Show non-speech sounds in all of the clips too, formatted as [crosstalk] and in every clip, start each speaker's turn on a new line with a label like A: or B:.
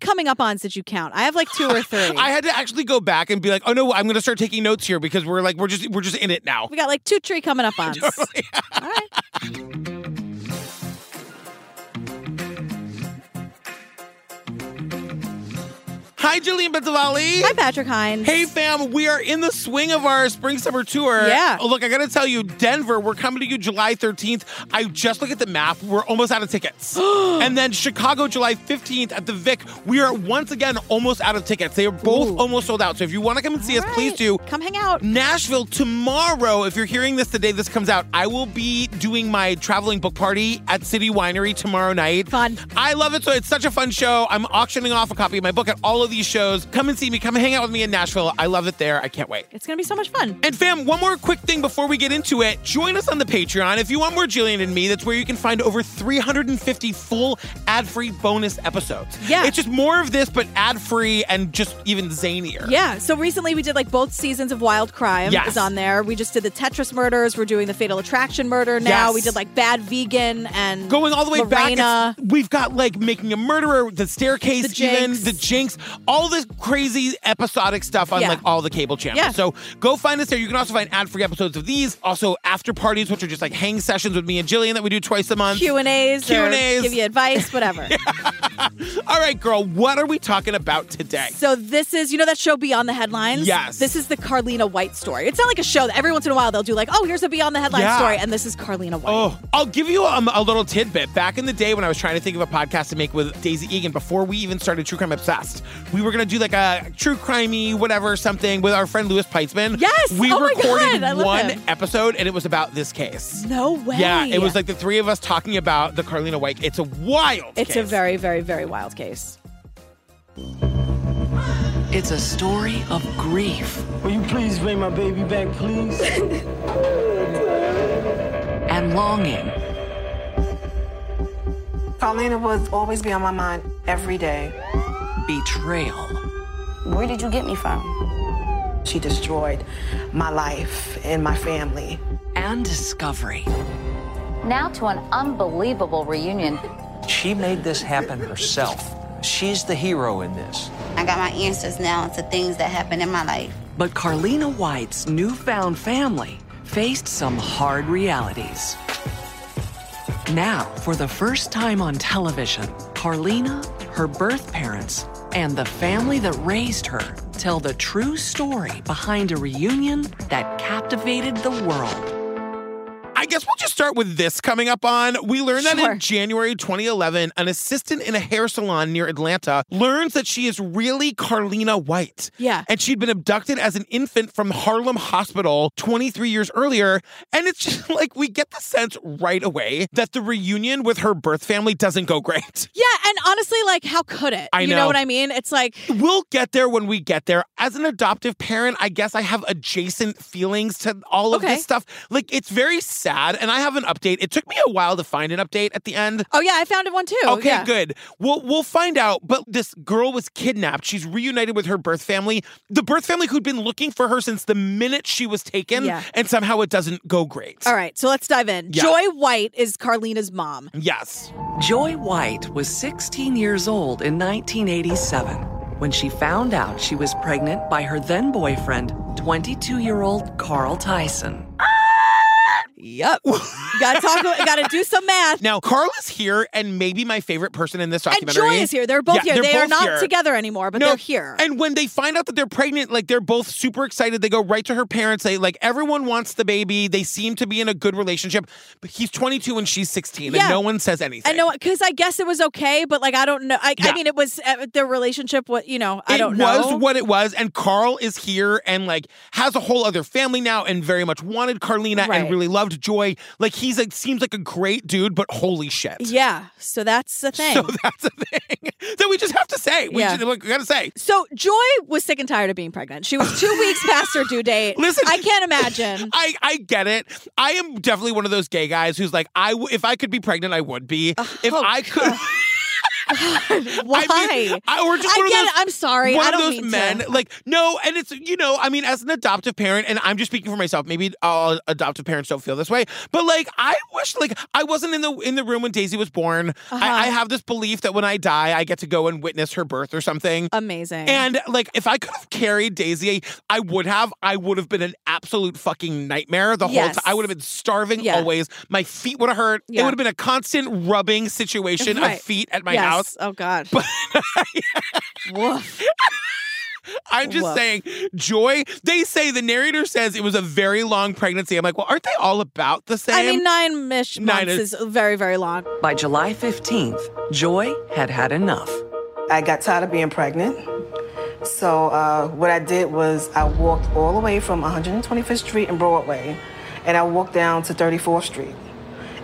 A: coming up ons did you count? I have like two
B: [laughs]
A: or three.
B: I had to actually go back and be like, oh no, I'm gonna start taking notes here because we're like we're just we're just in it now.
A: we got like two tree coming up
B: [laughs]
A: ons. All right.
B: Hi, Jillian Bentalali.
A: Hi, Patrick Hines.
B: Hey fam, we are in the swing of our spring summer tour.
A: Yeah.
B: Oh, Look, I gotta tell you, Denver, we're coming to you July 13th. I just looked at the map. We're almost out
A: [gasps]
B: of tickets. and then Chicago, July 15th at the Vic. We are once again almost out of tickets. They are both
A: Ooh.
B: almost sold out. So if you wanna come and see
A: All
B: us,
A: right.
B: please do.
A: Come hang out.
B: Nashville tomorrow. If you're hearing this the day this comes out, I will be doing my traveling book party at City Winery tomorrow night.
A: Fun.
B: I love it. So it's such a fun show. I'm auctioning off a copy of my book at all of these shows. Come and see me. Come hang out with me in Nashville. I love it there. I can't wait.
A: It's going to be so much fun.
B: And fam, one more quick thing before we get into it. Join us on the Patreon. If you want more Jillian and me, that's where you can find over 350 full ad-free bonus episodes.
A: Yeah.
B: It's just more of this, but ad-free and just even zanier.
A: Yeah. So recently we did like both seasons of Wild Crime
B: Yes.
A: is on there. We just did the Tetris murders. We're doing the Fatal Attraction murder now.
B: Yes.
A: We did like Bad Vegan and
B: going all the way back.
A: Lorena.
B: it's- We've got like making a murderer, the staircase,
A: The
B: even
A: Jinx.
B: the jinx, all this crazy episodic stuff on
A: Yeah.
B: like all the cable channels.
A: Yeah.
B: So go find us there. You can also find ad free episodes of these, also after parties, which are just like hang sessions with me and Jillian that we do twice a month.
A: Q and A's,
B: Q&As.
A: give you advice,
B: [laughs]
A: whatever.
B: All right, girl, what are we talking about today?
A: So this is, you know, that show Beyond the Headlines.
B: Yes.
A: This is the Carlina White story. It's not like a show that every once in a while they'll do like, oh, here's a Beyond the Headlines
B: Yeah.
A: story, and this is Carlina White.
B: Oh, I'll give you um, a little tidbit. Back in the day when I was trying to think of a podcast to make with Daisy Egan, before we even started True Crime Obsessed, we were going to do like a true crimey whatever something with our friend Lewis Peitzman.
A: Yes!
B: We
A: Oh my
B: recorded
A: God, I love
B: one
A: him.
B: episode and it was about this case.
A: No way.
B: Yeah, it was like the three of us talking about the Carlina White. It's a wild
A: It's a
B: case.
A: very, very, very wild case.
C: It's a story of grief
D: Will you please bring my baby back, please?
C: and longing
E: Carlina would always be on my mind every day.
C: betrayal.
F: Where did you get me from?
E: She destroyed my life and my family.
C: and discovery.
G: Now to an unbelievable reunion.
H: She made this happen herself. She's the hero in this.
F: I got my answers now to things that happened in my life.
C: But Carlina White's newfound family faced some hard realities. Now, for the first time on television, Carlina, her birth parents, and the family that raised her tell the true story behind a reunion that captivated the world.
B: I guess we'll just start with this coming up on. We learned that
A: Sure.
B: in January 2011, an assistant in a hair salon near Atlanta learns that she is really Carlina White.
A: Yeah.
B: And she'd been abducted as an infant from Harlem Hospital 23 years earlier. And it's just [laughs] like we get the sense right away that the reunion with her birth family doesn't go great.
A: Yeah, and honestly, like, how could it?
B: I
A: you know.
B: know.
A: what I mean? It's like,
B: We'll get there when we get there. As an adoptive parent, I guess I have adjacent feelings to all of
A: Okay.
B: this stuff. Like, it's very sad, and I have an update. It took me a while to find an update at the end.
A: oh yeah, I found one too.
B: Okay,
A: Yeah.
B: good. We'll we'll find out. But this girl was kidnapped. She's reunited with her birth family, the birth family who'd been looking for her since the minute she was taken,
A: Yeah.
B: and somehow it doesn't go great.
A: All right, so let's dive in.
B: Yeah.
A: Joy White is Carlina's mom.
B: Yes.
C: Joy White was 16 years old in 1987 when she found out she was pregnant by her then boyfriend, 22 year old Carl Tyson.
A: Yep. gotta talk. Gotta do some math.
B: [laughs] Now Carl is here, and maybe my favorite person in this
A: and
B: documentary.
A: Joy is here. They're both
B: Yeah,
A: here.
B: they're
A: They are
B: both
A: not
B: here.
A: together anymore, but
B: No,
A: they're here.
B: And when they find out that they're pregnant, like they're both super excited. They go right to her parents. They like everyone wants the baby. They seem to be in a good relationship. But he's 22 and she's 16,
A: Yeah.
B: and no one says anything.
A: I know because I guess it was okay, but like I don't know. I,
B: Yeah.
A: I mean, it was uh, their relationship. What you know, I
B: it
A: don't
B: was
A: know.
B: what it was, and Carl is here and like has a whole other family now, and very much wanted Carlina and
A: Right.
B: really loved Joy. Like he's like seems like a great dude, but holy shit!
A: yeah, so that's the thing.
B: [laughs] so
A: So,
B: that's a thing [laughs] that we just have to say. We
A: Yeah.
B: just like, we gotta say.
A: Joy was sick and tired of being pregnant. She was two
B: [laughs]
A: weeks past her due date.
B: Listen-
A: I can't imagine.
B: [laughs] I, I get it. I am definitely one of those gay guys who's like, I w- if I could be pregnant, I would be. if I could,
A: oh, Why?
B: I mean, I- we're just
A: I
B: one of
A: get
B: those-
A: it. I'm sorry.
B: One
A: I don't
B: of those
A: mean
B: men,
A: to.
B: like no, and it's you know, I mean, as an adoptive parent, and I'm just speaking for myself. Maybe all adoptive parents don't feel this way, but like I wish, like I wasn't in the in the room when Daisy was born. I, I
A: Uh-huh.
B: have this belief that when I die, I get to go and witness her birth or something.
A: Amazing.
B: And like, if I could have carried Daisy, I would have. I would have been an absolute fucking nightmare the whole
A: Yes.
B: time. I would have been starving
A: Yeah.
B: always. My feet would have hurt. It
A: Yeah.
B: would have been a constant rubbing situation
A: Right.
B: of feet at my
A: Yes.
B: house.
A: Oh God.
B: [laughs]
A: Woof.
B: I'm just
A: Woof.
B: saying, Joy. They say the narrator says it was a very long pregnancy. I'm like, well, aren't they all about the same?
A: I mean, nine ish
B: Nine
A: months
B: is-
A: is very, very long.
C: By July 15th, Joy had had enough.
E: I got tired of being pregnant. So uh, what I did was I walked all the way from 125th Street and Broadway, and I walked down to 34th Street.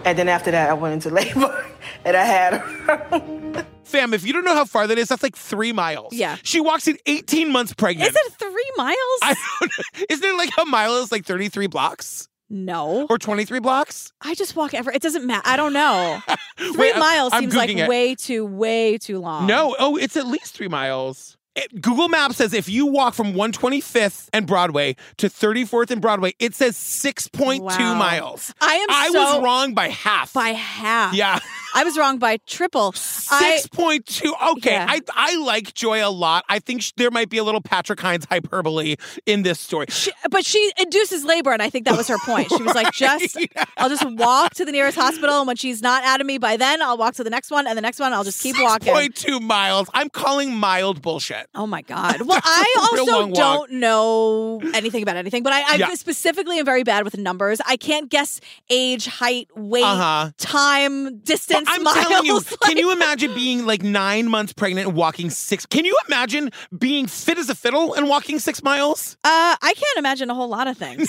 E: And then after that, I went into [laughs] labor, and I had her. [laughs]
B: fam, if you don't know how far that is, that's like three miles.
A: Yeah.
B: She walks in 18 months pregnant.
A: Is it three miles?
B: [laughs] I don't, isn't it like a mile is like 33 blocks
A: no.
B: or 23 blocks?
A: I just walk ever. It doesn't matter. I don't
B: [laughs]
A: know. Three
B: Wait, I'm-
A: miles
B: I'm
A: seems like
B: Googling it.
A: way too, way too long.
B: No. Oh, it's at least three miles. It- Google Maps says if you walk from 125th and Broadway to 34th and Broadway, it says 6.2
A: Wow.
B: miles.
A: I am
B: I
A: so-
B: was wrong by half.
A: By half.
B: yeah.
A: I was wrong by triple. I,
B: 6.2. Okay.
A: Yeah.
B: I, I like Joy a lot. I think sh- there might be a little Patrick Hines hyperbole in this story.
A: she, but she induces labor, and I think that was her point. She was like,
B: [laughs]
A: "Just, I'll just walk to the nearest hospital, and when she's not out of me by then, I'll walk to the next one, and the next one, I'll just keep walking."
B: 6.2 miles. I'm calling mild bullshit.
A: Oh my
B: [laughs]
A: God. Well, I
B: Real
A: also
B: long walk.
A: don't know anything about anything, but I, I
B: Yeah.
A: specifically am very bad with numbers. I can't guess age, height, weight,
B: Uh-huh.
A: time,
B: But
A: distance,
B: I'm
A: miles.
B: telling you, can
A: Like,
B: you imagine being like nine months pregnant and walking six? Can you imagine being fit as a fiddle and walking six miles?
A: Uh, I can't imagine a whole lot of
B: [laughs]
A: things,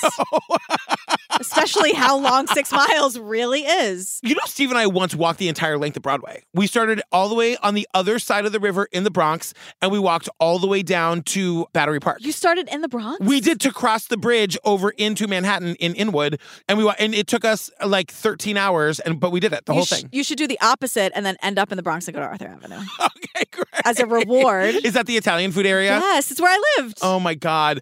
A: especially how long six miles really is.
B: You know, Steve and I once walked the entire length of Broadway. We started all the way on the other side of the river in the Bronx, and we walked all the way down to Battery Park.
A: You started in the Bronx?
B: we did to cross the bridge over into Manhattan in Inwood, and we wa- and it took us uh, like 13 hours, and but we did it the
A: you
B: whole
A: sh-
B: thing. [laughs]
A: You should do the opposite and then end up in the Bronx and go to Arthur Avenue
B: okay, great.
A: as a reward.
B: Is that the Italian food area?
A: Yes, it's where I lived.
B: Oh my God.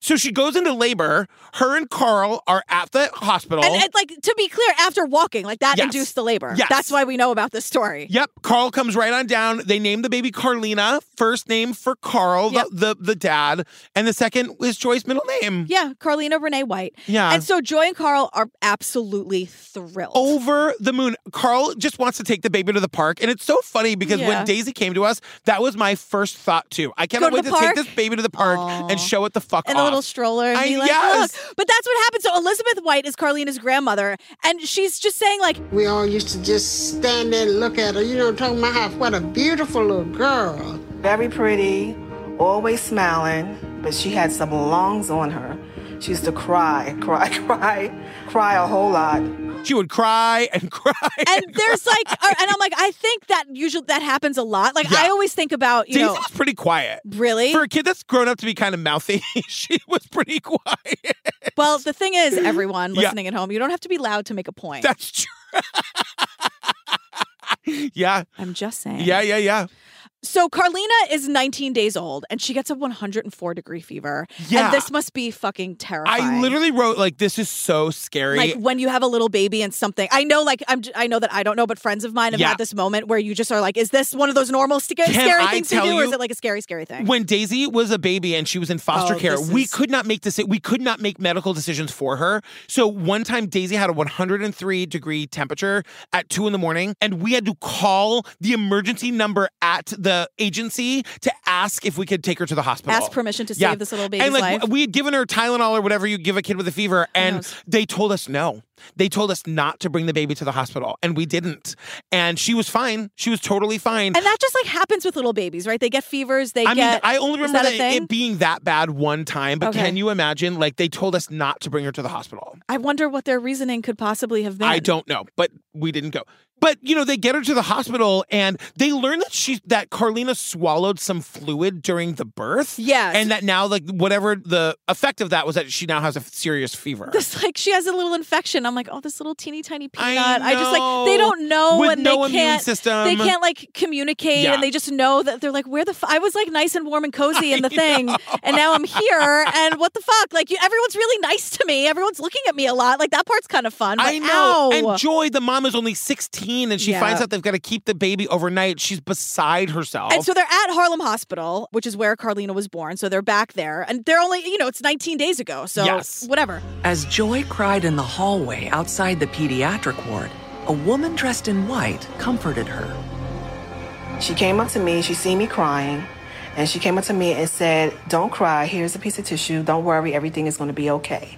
B: So she goes into labor. Her and Carl are at the hospital.
A: And, and, like to be clear, after walking, like that
B: Yes.
A: induced the labor.
B: Yes.
A: That's why we know about this story.
B: Yep, Carl comes right on down. They name the baby Carlina, first name for Carl,
A: Yep.
B: the, the the dad, and the second is Joy's middle name.
A: Yeah, Carlina Renee White.
B: Yeah.
A: And so Joy and Carl are absolutely thrilled.
B: Over the moon. Carl just wants to take the baby to the park, and it's so funny because
A: Yeah.
B: when Daisy came to us, that was my first thought too. I
A: Go
B: cannot
A: to
B: wait
A: the
B: to
A: park?
B: take this baby to the park and show it the fuck
A: in
B: off.
A: a little stroller and
B: I-
A: be like,
B: yes.
A: look. But that's what happened. So Elizabeth White is Carlina's grandmother, and she's just saying, like,
I: We all used to just stand there and look at her, you know, talking about how, what a beautiful little girl.
E: Very pretty, always smiling, but she had some lungs on her. She used to cry, cry, [laughs] cry, cry a whole lot.
B: she would cry and [laughs] cry.
A: and there's like, uh, and I'm like, I think that usually that happens a lot. Like, I always think about, you
B: Daisy
A: know,
B: was pretty quiet.
A: really?
B: For a kid that's grown up to be kind of mouthy, [laughs] she was pretty [laughs] quiet.
A: well, the thing
B: [laughs]
A: is, everyone
B: Yeah.
A: listening at home, you don't have to be loud to make a point.
B: That's true. yeah,
A: I'm just saying.
B: yeah, yeah, yeah.
A: So Carlina is 19 days old and she gets a 104 degree fever.
B: Yeah.
A: And this must be fucking terrifying.
B: I literally wrote like this is so scary.
A: like when you have a little baby and something. I know like I'm j- I know that I don't know but friends of mine have
B: Yeah.
A: had this moment where you just are like is this one of those normal sca- scary
B: I
A: things to
B: tell
A: do or is
B: you-
A: it like a scary scary thing?
B: when Daisy was a baby and she was in foster
A: Oh,
B: care,
A: this
B: we
A: is-
B: could not make this. We could not make medical decisions for her. So one time, Daisy had a 103 degree temperature at two in the morning, and we had to call the emergency number at the agency to ask if we could take her to the hospital.
A: Ask permission to save this little baby's
B: And like
A: life.
B: we had given her Tylenol or whatever you give a kid with a fever, and
A: knows?
B: they told us no. They told us not to bring the baby to the hospital, and we didn't. And she was fine. She was totally fine.
A: and that just like happens with little babies, right? They get fevers, they
B: I
A: get
B: mean, I only
A: is
B: remember
A: that
B: that
A: a thing?
B: it being that bad one time, but
A: Okay.
B: can you imagine? Like, they told us not to bring her to the hospital.
A: I wonder what their reasoning could possibly have been.
B: I don't know, but we didn't go. But you know, they get her to the hospital, and they learn that she that Carlina swallowed some fluid during the birth.
A: Yes.
B: And that now, like, whatever the effect of that was that she now has a f- serious fever.
A: It's like she has a little infection. I'm like, oh, this little teeny tiny
B: I
A: peanut. I, just like they
B: know.
A: don't know
B: With
A: and
B: no
A: they
B: immune
A: can't.
B: system.
A: They can't like communicate,
B: Yeah.
A: and they just know that they're like, where the f-? I was like nice and warm and cozy in the
B: [laughs]
A: thing, and now I'm here, and what the fuck? Like you, everyone's really nice to me. Everyone's looking at me a lot. Like that part's kind of fun.
B: I
A: but
B: know.
A: ow.
B: And Joy, the mom is only 16 and she
A: Yeah.
B: finds out they've got to keep the baby overnight. She's beside herself.
A: And so they're at Harlem Hospital, which is where Carlina was born. So they're back there, and they're only you know it's 19 days ago. So
B: Yes.
A: whatever.
C: As Joy cried in the hallway outside the pediatric ward, a woman dressed in white comforted her.
E: She came up to me, she seen me crying, and she came up to me and said, Don't cry, here's a piece of tissue, don't worry, everything is gonna be okay.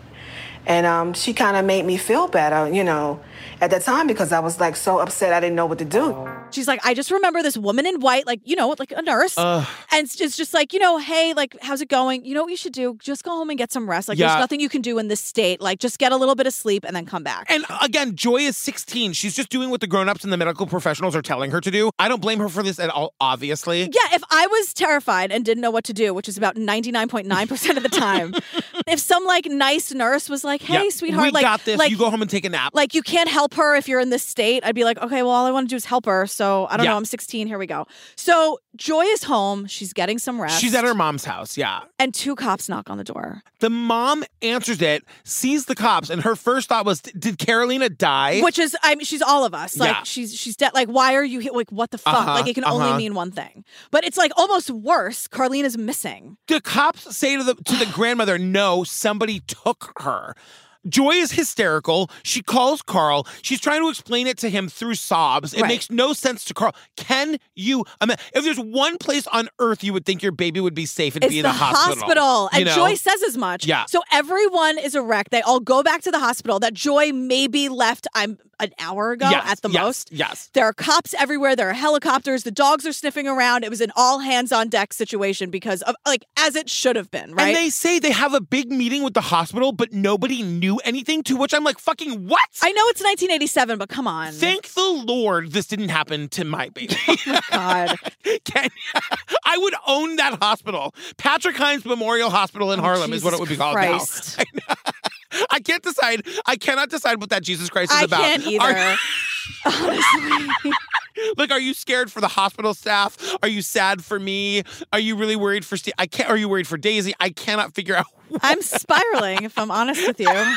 E: And um, she kind of made me feel better, you know, at that time because I was like so upset I didn't know what to do.
A: She's like, I just remember this woman in white, like, you know, like a nurse. And it's just, just like, you know, hey, like, how's it going? You know what you should do? Just go home and get some rest. Like,
B: Yeah.
A: there's nothing you can do in this state. Like, just get a little bit of sleep and then come back.
B: And uh, again, Joy is 16. She's just doing what the grown-ups and the medical professionals are telling her to do. I don't blame her for this at all, obviously.
A: yeah, if I was terrified and didn't know what to do, which is about 99.9% of the time,
B: [laughs]
A: if some like nice nurse was like, hey,
B: Yeah.
A: sweetheart,
B: we
A: like,
B: got this.
A: like,
B: you go home and take a nap.
A: like you can't help her if you're in this state. I'd be like, okay, well, all I want to do is help her. So I don't
B: Yeah.
A: know. I'm 16. Here we go. So Joy is home. She's getting some rest.
B: She's at her mom's house, yeah.
A: and two cops knock on the door.
B: The mom answers it, sees the cops, and her first thought was, "Did Carolina die?"
A: Which is, I mean, she's all of us. Like
B: Yeah.
A: she's she's dead. Like why are you here? Like what the fuck?
B: Uh-huh,
A: like it can only
B: uh-huh.
A: mean one thing. But it's like almost worse. Carlina's missing.
B: The cops say to the to the grandmother, "No, somebody took her." Joy is hysterical. She calls Carl. She's trying to explain it to him through sobs. It
A: Right.
B: makes no sense to Carl. Can you? I mean, if there's one place on earth you would think your baby would be safe, it'd
A: It's
B: be in
A: the
B: the hospital.
A: hospital.
B: you
A: And
B: know?
A: Joy says as much.
B: Yeah.
A: So everyone is a wreck. They all go back to the hospital. That Joy maybe left I'm an hour ago
B: Yes,
A: at the
B: yes,
A: most.
B: Yes.
A: There are cops everywhere. There are helicopters. The dogs are sniffing around. It was an all hands on deck situation because of like as it should have been, right?
B: And they say they have a big meeting with the hospital, but nobody knew anything. To which I'm like, fucking what?
A: I know it's 1987, but come on.
B: Thank the Lord this didn't happen to my baby.
A: God.
B: Can- I would own that hospital. Patrick Hines Memorial Hospital in [laughs] Harlem is what it
A: Jesus
B: would be called
A: Christ.
B: now. I can't decide. I cannot decide what that Jesus Christ is
A: I
B: about.
A: can't either.
B: Are, [laughs] like, are you scared for the hospital staff? Are you sad for me? Are you really worried for Steve? I can't. Are you worried for Daisy? I cannot figure out.
A: I'm spiraling, if I'm honest with you.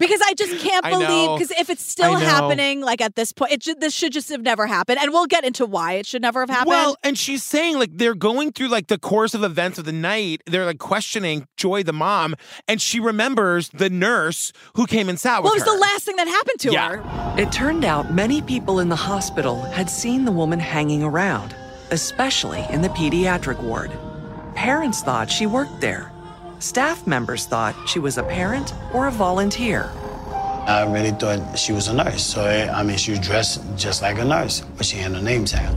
A: Because I just can't
B: I
A: believe.
B: know.
A: Because if it's
B: I
A: still
B: know.
A: happening, like at this point, it should, this should just have never happened, and we'll get into why it should never have happened.
B: Well, and she's saying like they're going through like the course of events of the night. They're like questioning Joy, the mom, and she remembers the nurse who came and sat
A: Well, it
B: with
A: was
B: her.
A: the last thing that happened to
B: Yeah.
A: her.
C: It turned out many people in the hospital had seen the woman hanging around, especially in the pediatric ward. Parents thought she worked there. Staff members thought she was a parent or a volunteer.
J: [laughs] I really thought she was a nurse. So, I mean, she was dressed just like a nurse, but she had a name tag.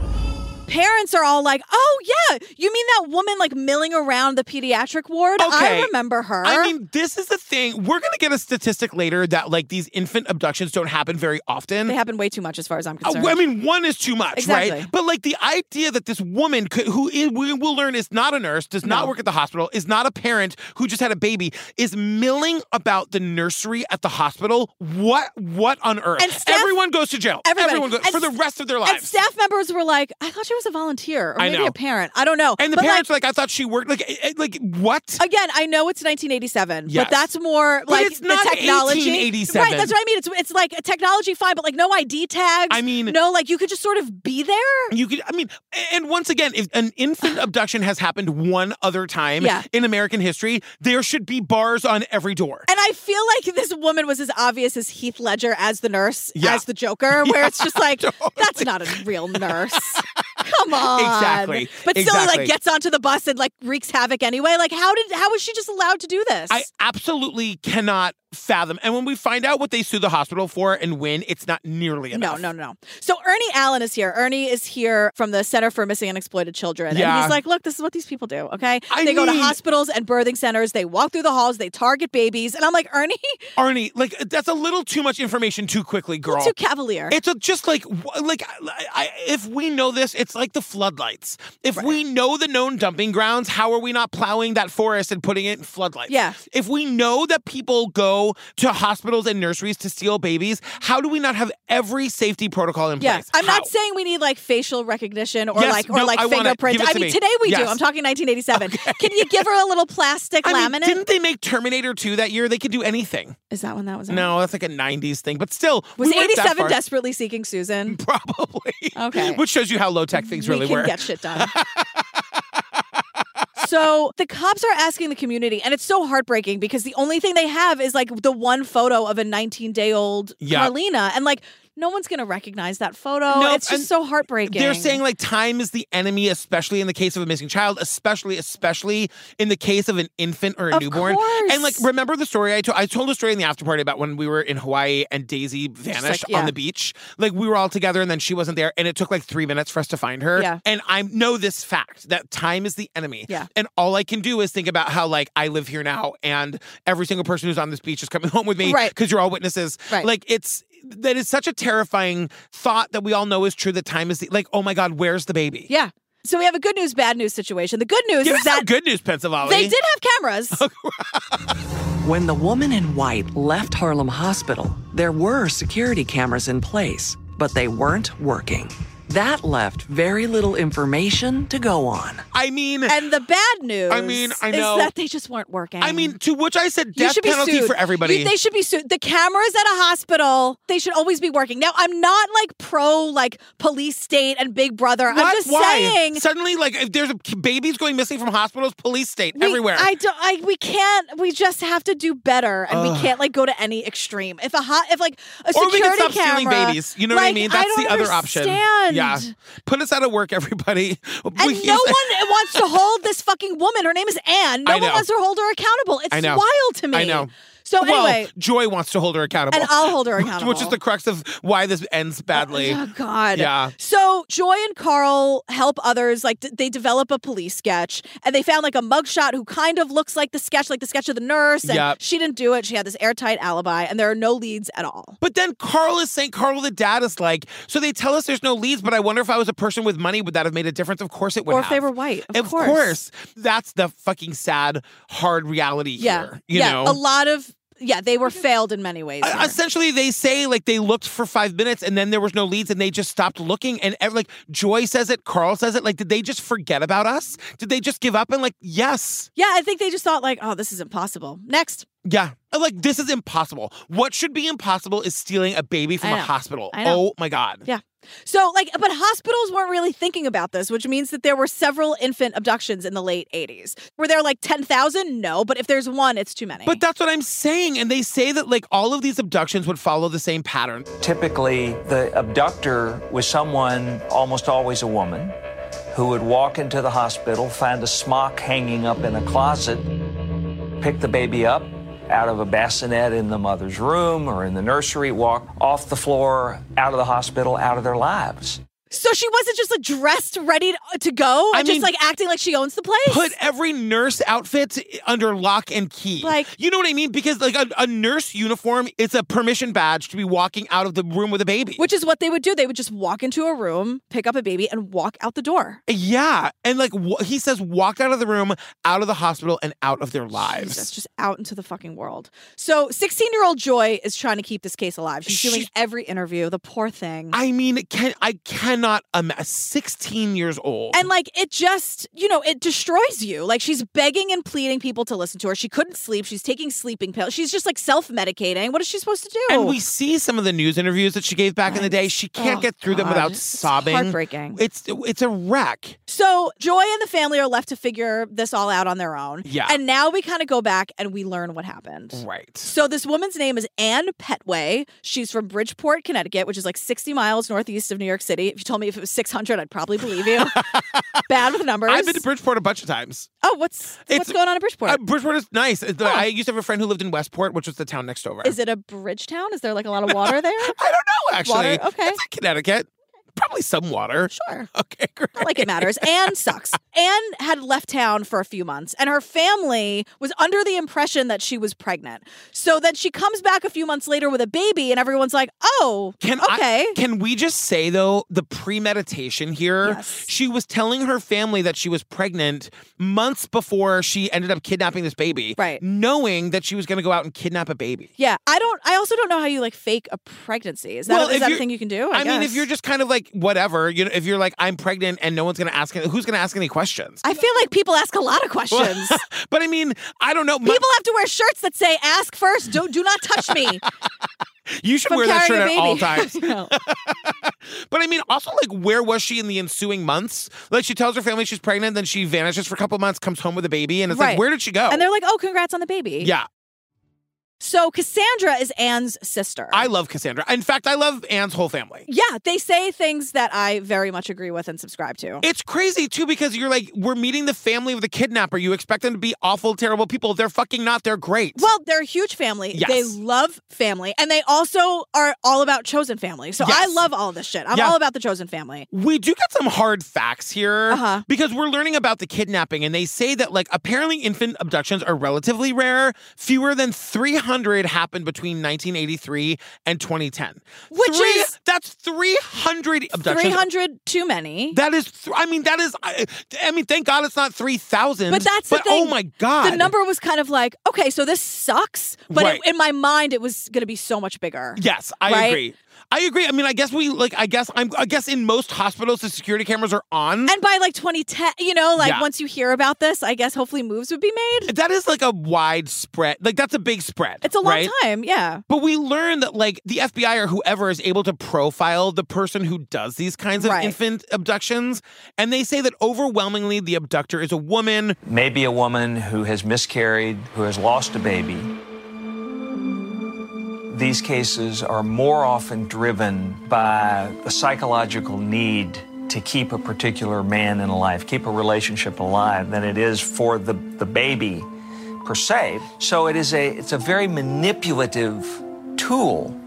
A: Parents are all like, "Oh yeah, you mean that woman like milling around the pediatric ward?
B: Okay.
A: I remember her."
B: I mean, this is the thing. We're gonna get a statistic later that like these infant abductions don't happen very often.
A: they happen way too much, as far as I'm
B: Uh,
A: concerned.
B: I mean, one is too much, right?
A: Exactly.
B: But like the idea that this woman, could, who is, we will learn is not a nurse, does not work at the hospital, is not a parent who just had a baby, is milling about the nursery at the hospital. What? What on earth?
A: And staff-
B: everyone goes to jail.
A: Everybody.
B: Everyone goes
A: And
B: for the
A: s-
B: rest of their
A: and
B: lives.
A: staff members were like, "I thought she was a volunteer, or
B: I
A: maybe
B: know.
A: a parent. I don't know."
B: And the
A: But,
B: parents are like, I thought she worked. Like, eh, eh, like what?
A: Again, I know it's 1987,
B: Yes.
A: but that's more
B: But
A: like
B: it's not
A: the technology.
B: 1887.
A: Right, that's what I mean. It's it's like a technology fine, but like no ID tags.
B: I mean-
A: no, like you could just sort of be there.
B: You could, I mean, and once again, if an
A: [sighs]
B: infant abduction has happened one other time
A: Yeah.
B: in American history, there should be bars on every door.
A: And I feel like this woman was as obvious as Heath Ledger as the nurse,
B: Yeah.
A: as the
B: [laughs]
A: Joker, where it's just like, that's not a real nurse. [laughs] Come on.
B: Exactly.
A: But still,
B: Exactly.
A: like, gets onto the bus and, like, wreaks havoc anyway. Like, how did, how was she just allowed to do this?
B: I absolutely cannot fathom. And when we find out what they sue the hospital for and when, it's not nearly enough.
A: No, no, no. So Ernie Allen is here. Ernie is here from the Center for Missing and Exploited Children.
B: Yeah.
A: And he's like, look, this is what these people do, okay?
B: I
A: they go to
B: mean-
A: hospitals and birthing centers, they walk through the halls, they target babies. And I'm like, Ernie, [laughs]
B: Arnie, like that's a little too much information too quickly, girl.
A: too cavalier.
B: It's a, just like wh- like I, I, if we know this, it's like the floodlights. If we know the known dumping grounds, how are we not plowing that forest and putting it in floodlights?
A: Yeah.
B: If we know that people go to hospitals and nurseries to steal babies, how do we not have every safety protocol in
A: yeah,
B: place?
A: I'm
B: How?
A: not saying we need like facial recognition or
B: Yes,
A: like or
B: no,
A: like
B: I want it.
A: fingerprint.
B: Give it
A: I
B: to
A: mean,
B: me.
A: today we do.
B: Yes.
A: I'm talking 1987. Can you give her a little plastic
B: I mean,
A: laminate?
B: didn't they make Terminator 2 that year? They could do anything.
A: Is that when that was? on?
B: No, that's like a 90s thing, but still.
A: Was
B: we weren't that
A: 87
B: far.
A: desperately seeking Susan?
B: [laughs] Probably.
A: Okay.
B: Which shows you how low tech things really
A: we can
B: were.
A: get shit
B: [laughs]
A: done. so the cops are asking the community, and it's so heartbreaking because the only thing they have is like the one photo of a 19 day old
B: Yeah.
A: Carlina, and like no one's gonna recognize that photo.
B: Nope,
A: it's
B: and
A: just so heartbreaking.
B: They're saying like time is the enemy, especially in the case of a missing child, especially especially in the case of an infant or a
A: Of
B: newborn.
A: course.
B: And like remember the story I told? I told a story in the after party about when we were in Hawaii and Daisy vanished
A: yeah.
B: on the beach. Like we were all together and then she wasn't there, and it took like three minutes for us to find her.
A: Yeah.
B: And I know this fact that time is the enemy.
A: Yeah.
B: And all I can do is think about how like I live here now, and every single person who's on this beach is coming [laughs] home with me,
A: Right.
B: Because you're all witnesses.
A: Right.
B: Like it's that is such a terrifying thought that we all know is true that time is the, like oh my god where's the baby
A: yeah. So we have a good news, bad news situation. The good news
B: give
A: is
B: us some
A: that
B: good news pennsylvania
A: they did have
B: [laughs]
A: cameras.
C: When the woman in white left Harlem Hospital, there were security cameras in place, but they weren't working. That left very little information to go on.
B: i mean
A: and the bad news
B: I mean, I know.
A: is that they just weren't working.
B: i mean to which i said
A: You
B: death
A: should be
B: penalty
A: sued.
B: for everybody
A: You- they should be sued. The cameras at a hospital, they should always be working. Now, I'm not like pro like police state and Big Brother.
B: What?
A: I'm just
B: Why?
A: saying
B: suddenly like if there's a, babies going missing from hospitals police state
A: we-
B: everywhere
A: I don't. I we can't. We just have to do better, and we can't like go to any extreme. If a hot, if like a
B: or we
A: security
B: can stop stealing
A: camera,
B: babies. You know what I
A: like,
B: mean? That's
A: don't
B: the other option.
A: understand.
B: Yeah. Put us out of work, everybody. [laughs]
A: And
B: We-
A: no one wants to hold this fucking woman. Her name is Anne. No
B: [laughs] I
A: one
B: know.
A: wants to hold her accountable. It's
B: I know.
A: wild to me.
B: I know.
A: So
B: well,
A: anyway,
B: Joy wants to hold her accountable.
A: and I'll hold her accountable.
B: [laughs] Which is the crux of why this ends badly.
A: Oh God.
B: Yeah.
A: So Joy and Carl help others. Like d- they develop a police sketch, and they found like a mugshot who kind of looks like the sketch, like the sketch of the nurse. And
B: Yep.
A: she didn't do it. She had this airtight alibi, and there are no leads at all.
B: But then Carl is saying, Carl the dad is like, so they tell us there's no leads, but I wonder if I was a person with money, would that have made a difference? Of course it would
A: or
B: have.
A: if they were white, of,
B: Of
A: course.
B: course. That's the fucking sad, hard reality
A: Yeah.
B: here. You
A: yeah.
B: know?
A: A lot of yeah, they were failed in many ways.
B: Uh,
A: here.
B: Essentially, they say like they looked for five minutes and then there was no leads and they just stopped looking. And ev- like Joy says it, Carl says it. Like, did they just forget about us? Did they just give up? And like, yes,
A: yeah, I think they just thought like, oh, this is impossible. Next.
B: yeah. And, Like, this is impossible. What should be impossible is stealing a baby from
A: I
B: a
A: know.
B: hospital.
A: I know.
B: Oh my God.
A: Yeah. So, like, but hospitals weren't really thinking about this, which means that there were several infant abductions in the late 80s. Were there like 10,000? No, but if there's one, it's too many.
B: But that's what I'm saying. And they say that like all of these abductions would follow the same pattern.
H: Typically, the abductor was someone, almost always a woman, who would walk into the hospital, find a smock hanging up in a closet, pick the baby up out of a bassinet in the mother's room or in the nursery, walk off the floor, out of the hospital, out of their lives.
A: so she wasn't just like dressed, ready uh, to- to go,
B: I
A: and just
B: mean,
A: like acting like she owns the place.
B: Put every nurse outfit under lock and key.
A: Like-
B: you know what I mean? Because like a, a nurse uniform, it's a permission badge to be walking out of the room with a baby.
A: which is what they would do. They would just walk into a room, pick up a baby, and walk out the door.
B: yeah, and like wh- he says, walk out of the room, out of the hospital, and out of their lives.
A: Jesus, just out into the fucking world. So, 16 year old Joy is trying to keep this case alive. She's doing
B: She's-
A: every interview, the poor thing.
B: I mean, can I cannot imagine. 16 years old.
A: And like it just, you know, it destroys you. Like she's begging and pleading people to listen to her. She couldn't sleep. She's taking sleeping pills. She's just like self-medicating. What is she supposed to do?
B: And we see some of the news interviews that she gave back in the day. She can't
A: Oh,
B: get through them
A: God.
B: without
A: It's
B: sobbing.
A: heartbreaking.
B: It's it's a wreck.
A: so Joy and the family are left to figure this all out on their own.
B: Yeah.
A: And now we kind of go back and we learn what happened.
B: Right.
A: So this woman's name is Anne Petway. She's from Bridgeport, Connecticut, which is like 60 miles northeast of New York City. If you told me if it was 600, I'd probably believe
B: [laughs]
A: you. Bad with numbers.
B: I've been to Bridgeport a bunch of times.
A: oh, what's what's going on in Bridgeport?
B: Uh, Bridgeport is nice. It's the- I used to have a friend who lived in Westport, which was the town next over.
A: Is it a bridge town? Is there like a lot of
B: [laughs]
A: water there? I
B: don't know, actually.
A: Water? Okay.
B: It's in Connecticut. Probably some water.
A: Sure.
B: [laughs] Okay, great.
A: Not like it matters. Anne sucks. Anne had left town for a few months, and her family was under the impression that she was pregnant. So then she comes back a few months later with a baby, and everyone's like, "Oh,
B: Can
A: okay."
B: I, can we just say though the premeditation here? She was telling her family that she was pregnant months before she ended up kidnapping this baby, right? Knowing that she was going to go out and kidnap a baby.
A: yeah, I don't. I also don't know how you like fake a pregnancy. Is that is
B: if
A: that a
B: you're-
A: thing you can do?
B: I,
A: I,
B: mean, if
A: guess.
B: you're just kind of like whatever, you know, if you're like I'm pregnant and no one's going to ask, any, who's going to ask any questions?
A: I feel like people ask a lot of questions.
B: [laughs] but I mean, I don't know.
A: [laughs]
B: My-
A: people have to wear shirts that say "Ask first. Don't do not touch
B: [laughs]
A: me."
B: you should
A: from
B: wear that shirt
A: carrying a
B: at all
A: baby. [laughs]
B: times. [laughs]
A: No.
B: But I mean, also like, where was she in the ensuing months? Like, she tells her family she's pregnant, then she vanishes for a couple months, comes home with a baby, and it's like,
A: Right.
B: where did she go?
A: And they're like, "Oh, congrats on the baby."
B: yeah.
A: So Cassandra is Anne's sister.
B: I love Cassandra. In fact, I love Anne's whole family.
A: Yeah, they say things that I very much agree with and subscribe to.
B: It's crazy too because you're like, we're meeting the family of the kidnapper. You expect them to be awful, terrible people. They're fucking not. They're great.
A: well, they're a huge family.
B: Yes.
A: They love family, and they also are all about chosen family. So I
B: Yes.
A: love all this shit. I'm
B: Yeah.
A: all about the chosen family.
B: We do get some hard facts here
A: Uh-huh.
B: because we're learning about the kidnapping, and they say that, like, apparently infant abductions are relatively rare. Fewer than 300 happened between 1983 and 2010.
A: Which
B: Three-
A: is-
B: that's 300 abductions.
A: Three hundred too many.
B: That is, th- I mean, that is, I, I mean, thank God it's not 3,000.
A: but that's
B: but
A: the thing.
B: oh my God.
A: the number was kind of like okay, so this sucks. But
B: Right.
A: it, in my mind, it was going to be so much bigger.
B: Yes, I
A: Right?
B: agree. I agree. I mean, I guess we like. I guess I'm. I guess in most hospitals, the security cameras are on.
A: And by like 2010, you know, like
B: Yeah.
A: once you hear about this, I guess hopefully moves would be made.
B: that is like a wide spread. Like that's a big spread.
A: It's a long
B: right?
A: time, yeah.
B: But we learn that like the FBI or whoever is able to profile the person who does these kinds of
A: Right.
B: infant abductions, and they say that overwhelmingly the abductor is a woman.
H: Maybe a woman who has miscarried, who has lost a baby. These cases are more often driven by a psychological need to keep a particular man in life, keep a relationship alive, than it is for the, the baby per se. So it is a it's a very manipulative tool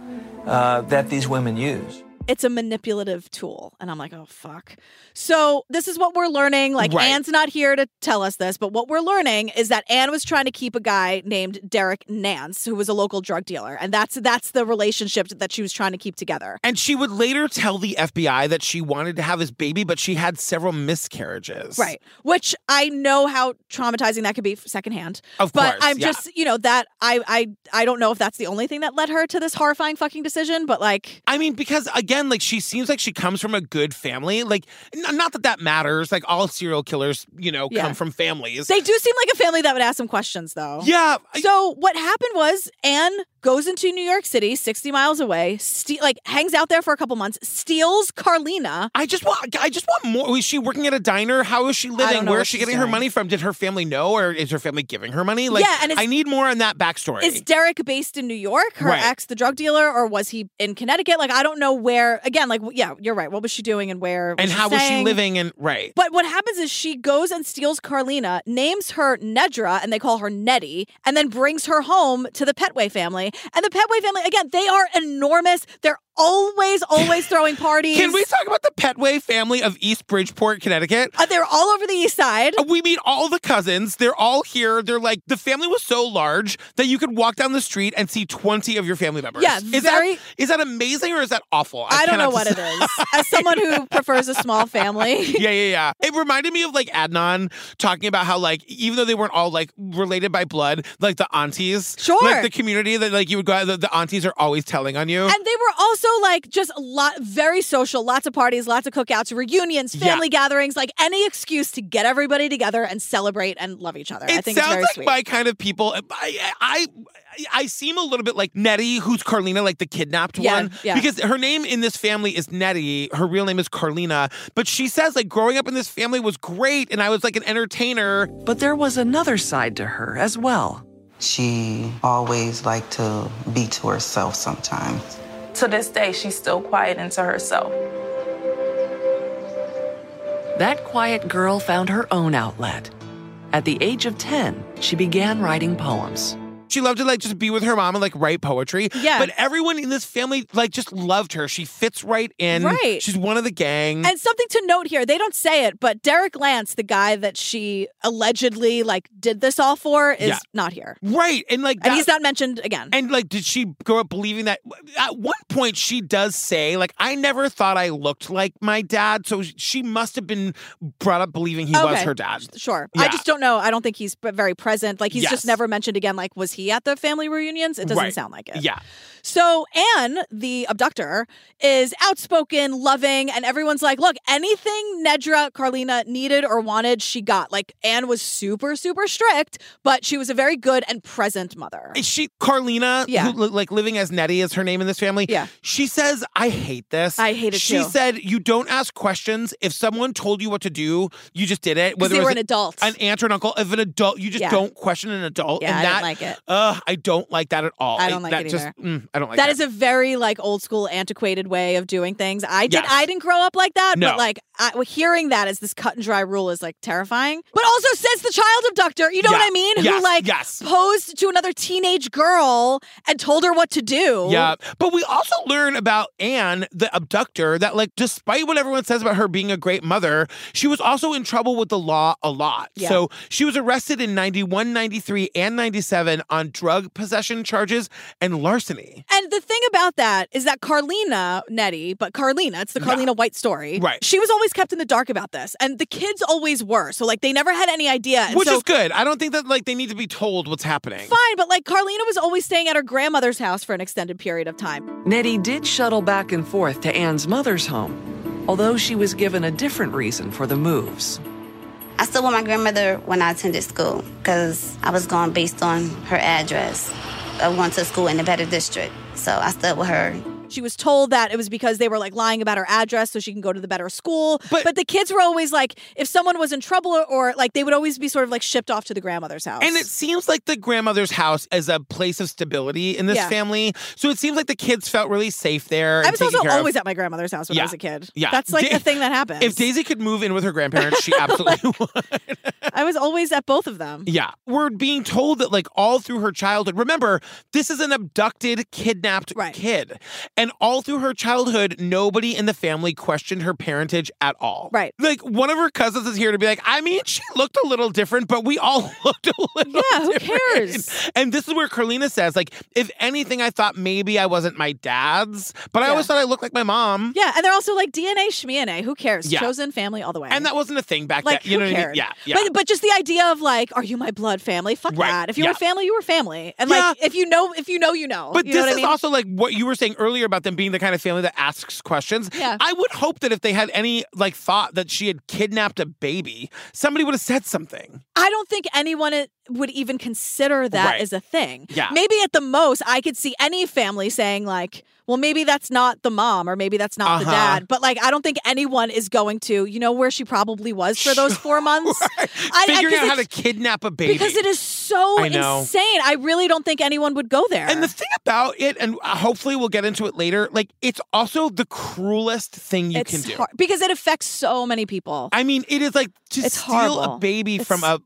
H: uh, that these women use.
A: it's a manipulative tool. And I'm like, oh, fuck. So, this is what we're learning. Like,
H: Right.
A: Anne's not here to tell us this, but what we're learning is that Anne was trying to keep a guy named Derek Nance, who was a local drug dealer. And that's that's the relationship that she was trying to keep together.
B: And she would later tell the FBI that she wanted to have his baby, but she had several miscarriages.
A: Right. Which I know how traumatizing that could be secondhand.
B: Of
A: but
B: course,
A: I'm
B: yeah.
A: just, you know, that I, I I don't know if that's the only thing that led her to this horrifying fucking decision, but like
B: I mean, because again, like she seems like she comes from a good family. Like, n- not that that matters. Like all serial killers, you know,
A: Yeah.
B: come from families.
A: they do seem like a family that would ask some questions though.
B: yeah. I-
A: So what happened was Anne goes into New York City, 60 miles away, ste- like hangs out there for a couple months, steals Carlina.
B: I just want. I just want more. Is she working at a diner? How is she living?
A: know
B: Where
A: what
B: is she
A: she's
B: getting her
A: doing.
B: money from? Did her family know, or is her family giving her money? Like,
A: Yeah, and it's-
B: I need more on that backstory.
A: Is Derek based in New York, her
B: Right.
A: ex, the drug dealer, or was he in Connecticut? Like, I don't know where. Again, like, w- yeah, you're right. What was she doing and where?
B: and how was she
A: staying?
B: living? And right.
A: But what happens is she goes and steals Carlina, names her Nedra, and they call her Nettie, and then brings her home to the Petway family. And the Petway family, again, they are enormous. They're always, always throwing parties.
B: [laughs] Can we talk about the Petway family of East Bridgeport, Connecticut?
A: Uh, they're all over the east side.
B: Uh, We meet all the cousins. They're all here. They're like the family was so large that you could walk down the street and see twenty of your family members.
A: Yeah,
B: is
A: very-
B: that is that amazing or is that awful?
A: I, don't know
B: cannot
A: what
B: dec-
A: it
B: [laughs]
A: is. As someone who prefers a small family,
B: yeah, yeah, yeah. It reminded me of like Adnan talking about how like even though they weren't all like related by blood, like the aunties,
A: Sure.
B: like the community that like you would go out, the, the aunties are always telling on you.
A: [laughs] and they were also like just a lot, very social, lots of parties, lots of cookouts, reunions,
B: Yeah.
A: family gatherings, like any excuse to get everybody together and celebrate and love each other.
B: it
A: I think it's
B: sounds
A: very
B: like
A: sweet.
B: my kind of people. eh, I, I, I, I seem a little bit like Nettie, who's Carlina, like the kidnapped
A: Yeah,
B: one,
A: yeah.
B: because her name in this family is Nettie. Her real name is Carlina, but she says like growing up in this family was great, and I was like an entertainer.
C: But there was another side to her as well.
K: She always liked to be to herself sometimes.
L: To this day, she's still quiet into herself.
C: that quiet girl found her own outlet. At the age of 10, she began writing poems.
B: She loved to like just be with her mom and like write poetry.
A: Yeah.
B: But everyone in this family like just loved her. She fits right in.
A: Right.
B: She's one of the gang.
A: And something to note here, they don't say it, but Derek Lance, the guy that she allegedly like did this all for, is
B: Yeah.
A: not here.
B: Right. And like
A: And
B: that-
A: he's not mentioned again.
B: And like, did she grow up believing that? At one point, she does say, like, I never thought I looked like my dad. So she must have been brought up believing he was
A: Okay.
B: her dad.
A: Sure. I
B: Yeah.
A: just don't know. I don't think he's p- very present. Like he's
B: Yes.
A: just never mentioned again. Like, was he at the family reunions? It doesn't
B: Right.
A: sound like it.
B: Yeah.
A: So Anne, the abductor, is outspoken, loving, and everyone's like, look, anything Nedra Carlina needed or wanted, she got. Like Anne was super, super strict, but she was a very good and present mother.
B: Is she Carlina?
A: Yeah.
B: who, li- like living as Nettie is her name in this family.
A: Yeah.
B: She says, "I hate this.
A: I hate it
B: She
A: too.
B: said, "You don't ask questions. If someone told you what to do, you just did it.
A: Because they
B: it
A: were
B: was
A: an adult.
B: an aunt or an uncle. If an adult, you just
A: Yeah.
B: don't question an adult.
A: Yeah,
B: and
A: I don't
B: that,
A: like it.
B: Ugh, I don't like that at all.
A: I don't like
B: that
A: it
B: just,
A: either.
B: mm, I don't like
A: that is a very like old school, antiquated way of doing things. I did.
B: Yes.
A: I didn't grow up like that,
B: No.
A: but like I, well, hearing that as this cut and dry rule is like terrifying. But also says the child abductor. You know
B: Yeah.
A: what I mean?
B: Yes.
A: Who like
B: Yes.
A: posed to another teenage girl and told her what to do.
B: Yeah. But we also learn about Anne, the abductor, that, like, despite what everyone says about her being a great mother, she was also in trouble with the law a lot.
A: Yeah.
B: So she was arrested in 91, 93, and 97 on drug possession charges and larceny.
A: And the thing about that is that Carlina, Nettie, but Carlina, it's the Carlina White story.
B: Right.
A: She was always kept in the dark about this. And the kids always were. So like they never had any idea. And
B: Which
A: so,
B: is good. I don't think that, like, they need to be told what's happening.
A: fine, but like Carlina was always staying at her grandmother's house for an extended period of time.
C: Nettie did shuttle back and forth to Anne's mother's home, although she was given a different reason for the moves.
F: I still with my grandmother when I attended school because I was going based on her address. I went to school in the better district, so I stayed with her.
A: She was told that it was because they were like lying about her address so she can go to the better school. But, the kids were always like, if someone was in trouble or, or, like they would always be sort of like shipped off to the grandmother's house.
B: And it seems like the grandmother's house is a place of stability in this
A: Yeah.
B: family. So it seems like the kids felt really safe there.
A: I
B: and
A: was
B: taken
A: also
B: care of.
A: always at my grandmother's house when
B: Yeah.
A: I was a kid.
B: Yeah.
A: That's like
B: Da-
A: the thing that happened.
B: [laughs] If Daisy could move in with her grandparents, she absolutely
A: [laughs] I was always at both of them.
B: Yeah. We're being told that, like, all through her childhood, remember, this is an abducted, kidnapped kid. And all through her childhood, nobody in the family questioned her parentage at all.
A: Right.
B: Like, one of her cousins is here to be like, I mean, she looked a little different, but we all [laughs] looked a little
A: Yeah, who
B: different.
A: cares?
B: And this is where Carlina says, like, if anything, I thought maybe I wasn't my dad's, but I always thought I looked like my mom.
A: Yeah, and they're also like DNA schmiene. Who cares?
B: Yeah.
A: Chosen family all the way.
B: And that wasn't a thing back
A: like
B: then. You
A: who
B: know what I mean?
A: cared?
B: Yeah. Yeah.
A: But but just the idea of like, are you my blood family? Fuck
B: Right,
A: that. If you were
B: yeah.
A: family, you were family. And like, if you know, if you know, you know.
B: But
A: You know
B: this
A: what I
B: is
A: mean?
B: also like what you were saying earlier about them being the kind of family that asks questions.
A: Yeah.
B: I would hope that if they had any like thought that she had kidnapped a baby, somebody would have said something.
A: I don't think anyone i- would even consider that
B: Right.
A: as a thing.
B: Yeah.
A: Maybe at the most, I could see any family saying like, well, maybe that's not the mom or maybe that's not the
B: Uh-huh.
A: dad. But like, I don't think anyone is going to, you know, where she probably was for those
B: [laughs]
A: four months. I,
B: Figuring
A: 'cause
B: out how
A: it's-
B: to kidnap a baby.
A: Because it is so
B: I know.
A: insane. I really don't think anyone would go there.
B: and the thing about it, and uh, hopefully we'll get into it later, like it's also the cruelest thing you
A: it's
B: can do.
A: hard- because it affects so many people.
B: I mean, it is like to
A: It's
B: steal
A: horrible.
B: a baby from a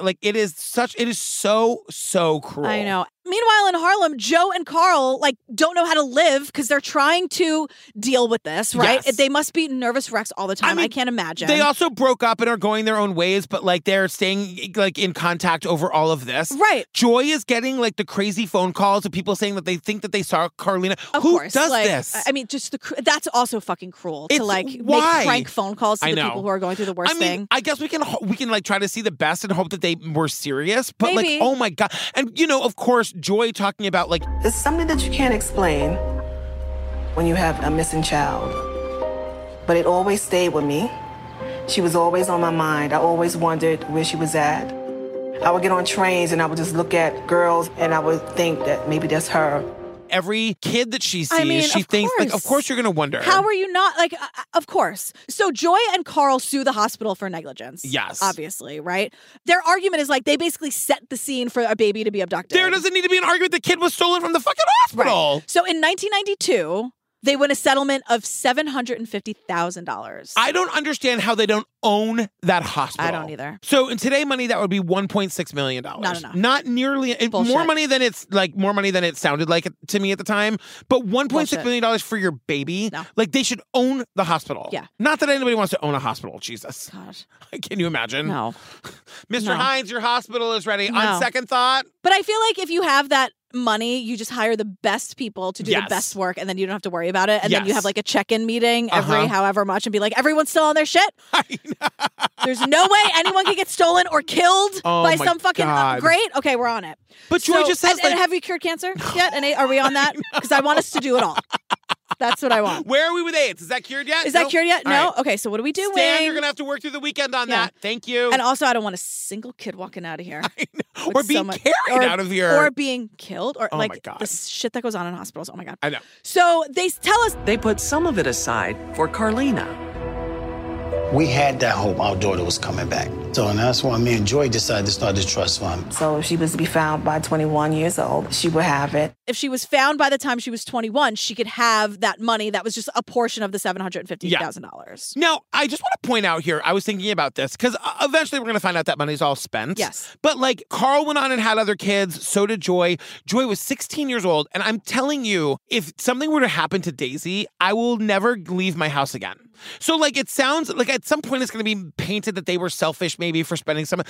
B: like it is such it is so so cruel.
A: I know. Meanwhile, in Harlem, Joe and Carl like don't know how to live because they're trying to deal with this, right?
B: Yes.
A: They must be nervous wrecks all the time. I,
B: mean,
A: can't imagine.
B: They also broke up and are going their own ways, but like they're staying like in contact over all of this.
A: Right.
B: Joy is getting like the crazy phone calls of people saying that they think that they saw Carlina.
A: of
B: Who
A: course,
B: does
A: like,
B: this?
A: I mean, just the cr- that's also fucking cruel to
B: It's-
A: like
B: why?
A: make prank phone calls to
B: I
A: the
B: know.
A: people who are going through the worst
B: I mean,
A: thing.
B: I guess we can ho- we can like try to see the best and hope that they were serious, but
A: Maybe.
B: like, oh my god! And you know, of course, Joy talking about like
E: It's something that you can't explain when you have a missing child. But it always stayed with me. She was always on my mind. I always wondered where she was at. I would get on trains and I would just look at girls and I would think that maybe that's her.
B: every kid that she sees,
A: I mean,
B: she
A: of
B: thinks like, of
A: course.
B: course, you're gonna wonder.
A: How are you not like? Uh, of course. So Joy and Carl sue the hospital for negligence.
B: Yes.
A: obviously, right? Their argument is like they basically set the scene for a baby to be abducted.
B: there doesn't need to be an argument. The kid was stolen from the fucking
A: Right.
B: hospital.
A: So in 1992, They win a settlement of $750,000.
B: I don't understand how they don't own that hospital.
A: I don't either.
B: So in today money, that would be one point six million dollars.
A: Not enough.
B: Not nearly it-
A: Bullshit.
B: more money than it's like more money than it sounded like to me at the time. But one point six
A: Bullshit.
B: million dollars for your baby,
A: No.
B: like they should own the hospital.
A: Yeah.
B: Not that anybody wants to own a hospital. Jesus, [laughs]
A: God.
B: can you imagine?
A: No.
B: [laughs] Mr.
A: No.
B: Hines, your hospital is ready.
A: No.
B: On second thought,
A: But I feel like if you have that money, you just hire the best people to do
B: Yes.
A: the best work and then you don't have to worry about it. And then you
B: Yes.
A: have like a check in meeting
B: Uh-huh.
A: every however much and be like, everyone's still on their
B: [laughs]
A: shit. There's no way anyone can get stolen or killed
B: Oh
A: by
B: my
A: some fucking uh,
B: God.
A: great. Okay, we're on it.
B: but Joy
A: So-
B: just says
A: and, and
B: like,
A: have we cured cancer yet? And are we on
B: [laughs]
A: that? Because I want us to do it all. That's what I want.
B: where are we with AIDS? Is that cured yet?
A: Is that
B: No?
A: cured yet?
B: All
A: No.
B: right.
A: Okay, so what are we doing?
B: Stan, you're gonna have to work through the weekend on
A: Yeah.
B: that. Thank [laughs] you.
A: and also, I don't want a single kid walking out
B: [laughs]
A: of here.
B: or
A: with so
B: being
A: much-
B: carried
A: or-
B: out of here.
A: or being killed, or
B: Oh my
A: like
B: God.
A: the shit that goes on in hospitals. Oh my god!
B: I know.
A: So they tell us
C: They put some of it aside for Carlina.
J: We had that hope our daughter was coming back. So and that's why me and Joy decided to start the trust fund.
E: So if she was to be found by 21 years old, she would have it.
A: if she was found by the time she was 21, she could have that money that was just a portion of the $750,000.
B: Now, I just want to point out here, I was thinking about this because eventually we're going to find out that money's all spent.
A: Yes.
B: But like Carl went on and had other kids, so did Joy. Joy was 16 years old. And I'm telling you, if something were to happen to Daisy, I will never leave my house again. So, like, it sounds like at some point it's going to be painted that they were selfish maybe for spending some.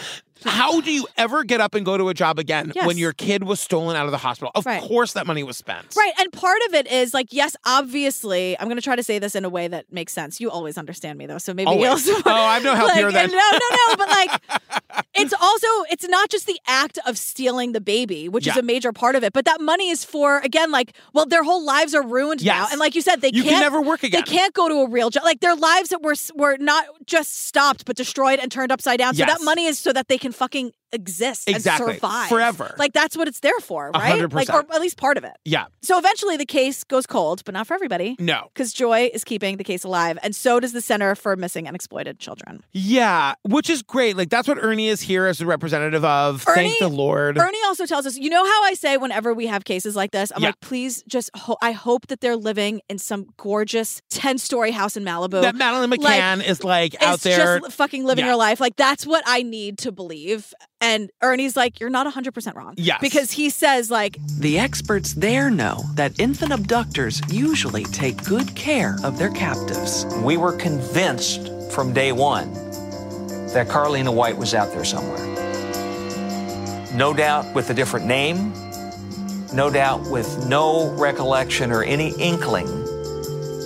B: How do you ever get up and go to a job again
A: Yes.
B: when your kid was stolen out of the hospital? Of
A: Right.
B: course, that money was spent.
A: Right. And part of it is like, yes, obviously, I'm going to try to say this in a way that makes sense. You always understand me, though. So maybe you
B: Always.
A: also.
B: Oh, I'm
A: [laughs]
B: no help
A: like,
B: here then.
A: No, no, no.
B: [laughs]
A: But like, it's also, it's not just the act of stealing the baby, which is
B: Yeah.
A: a major part of it, but that money is for, again, like, well, their whole lives are ruined now.
B: Yes.
A: And like you said, they
B: You can
A: can't.
B: never work again.
A: They can't go to a real job. Like, their lives that were, were not just stopped, but destroyed and turned upside down.
B: Yes.
A: So that money is so that they can fucking exist
B: Exactly.
A: and survive
B: Forever.
A: Like, that's what it's there for,
B: A
A: right?
B: hundred
A: Like, or
B: percent.
A: at least part of it.
B: Yeah.
A: So eventually the case goes cold, but not for everybody.
B: No.
A: Because Joy is keeping the case alive, and so does the Center for Missing and Exploited Children.
B: Yeah, which is great. Like that's what Ernie is here as a representative of. Thank the
A: Ernie-
B: Lord.
A: Ernie also tells us, you know how I say whenever we have cases like this, I'm
B: Yeah.
A: like, please just, ho- I hope that they're living in some gorgeous 10 story house in Malibu.
B: that Madeline
A: like,
B: McCann is like
A: is
B: out there.
A: just li- fucking living
B: Yeah.
A: your life. Like that's what I need to believe. And Ernie's like, you're not 100% wrong.
B: Yes.
A: Because he says like,
C: The experts there know that infant abductors usually take good care of their captives.
H: We were convinced from day one that Carlina White was out there somewhere. No doubt with a different name, no doubt with no recollection or any inkling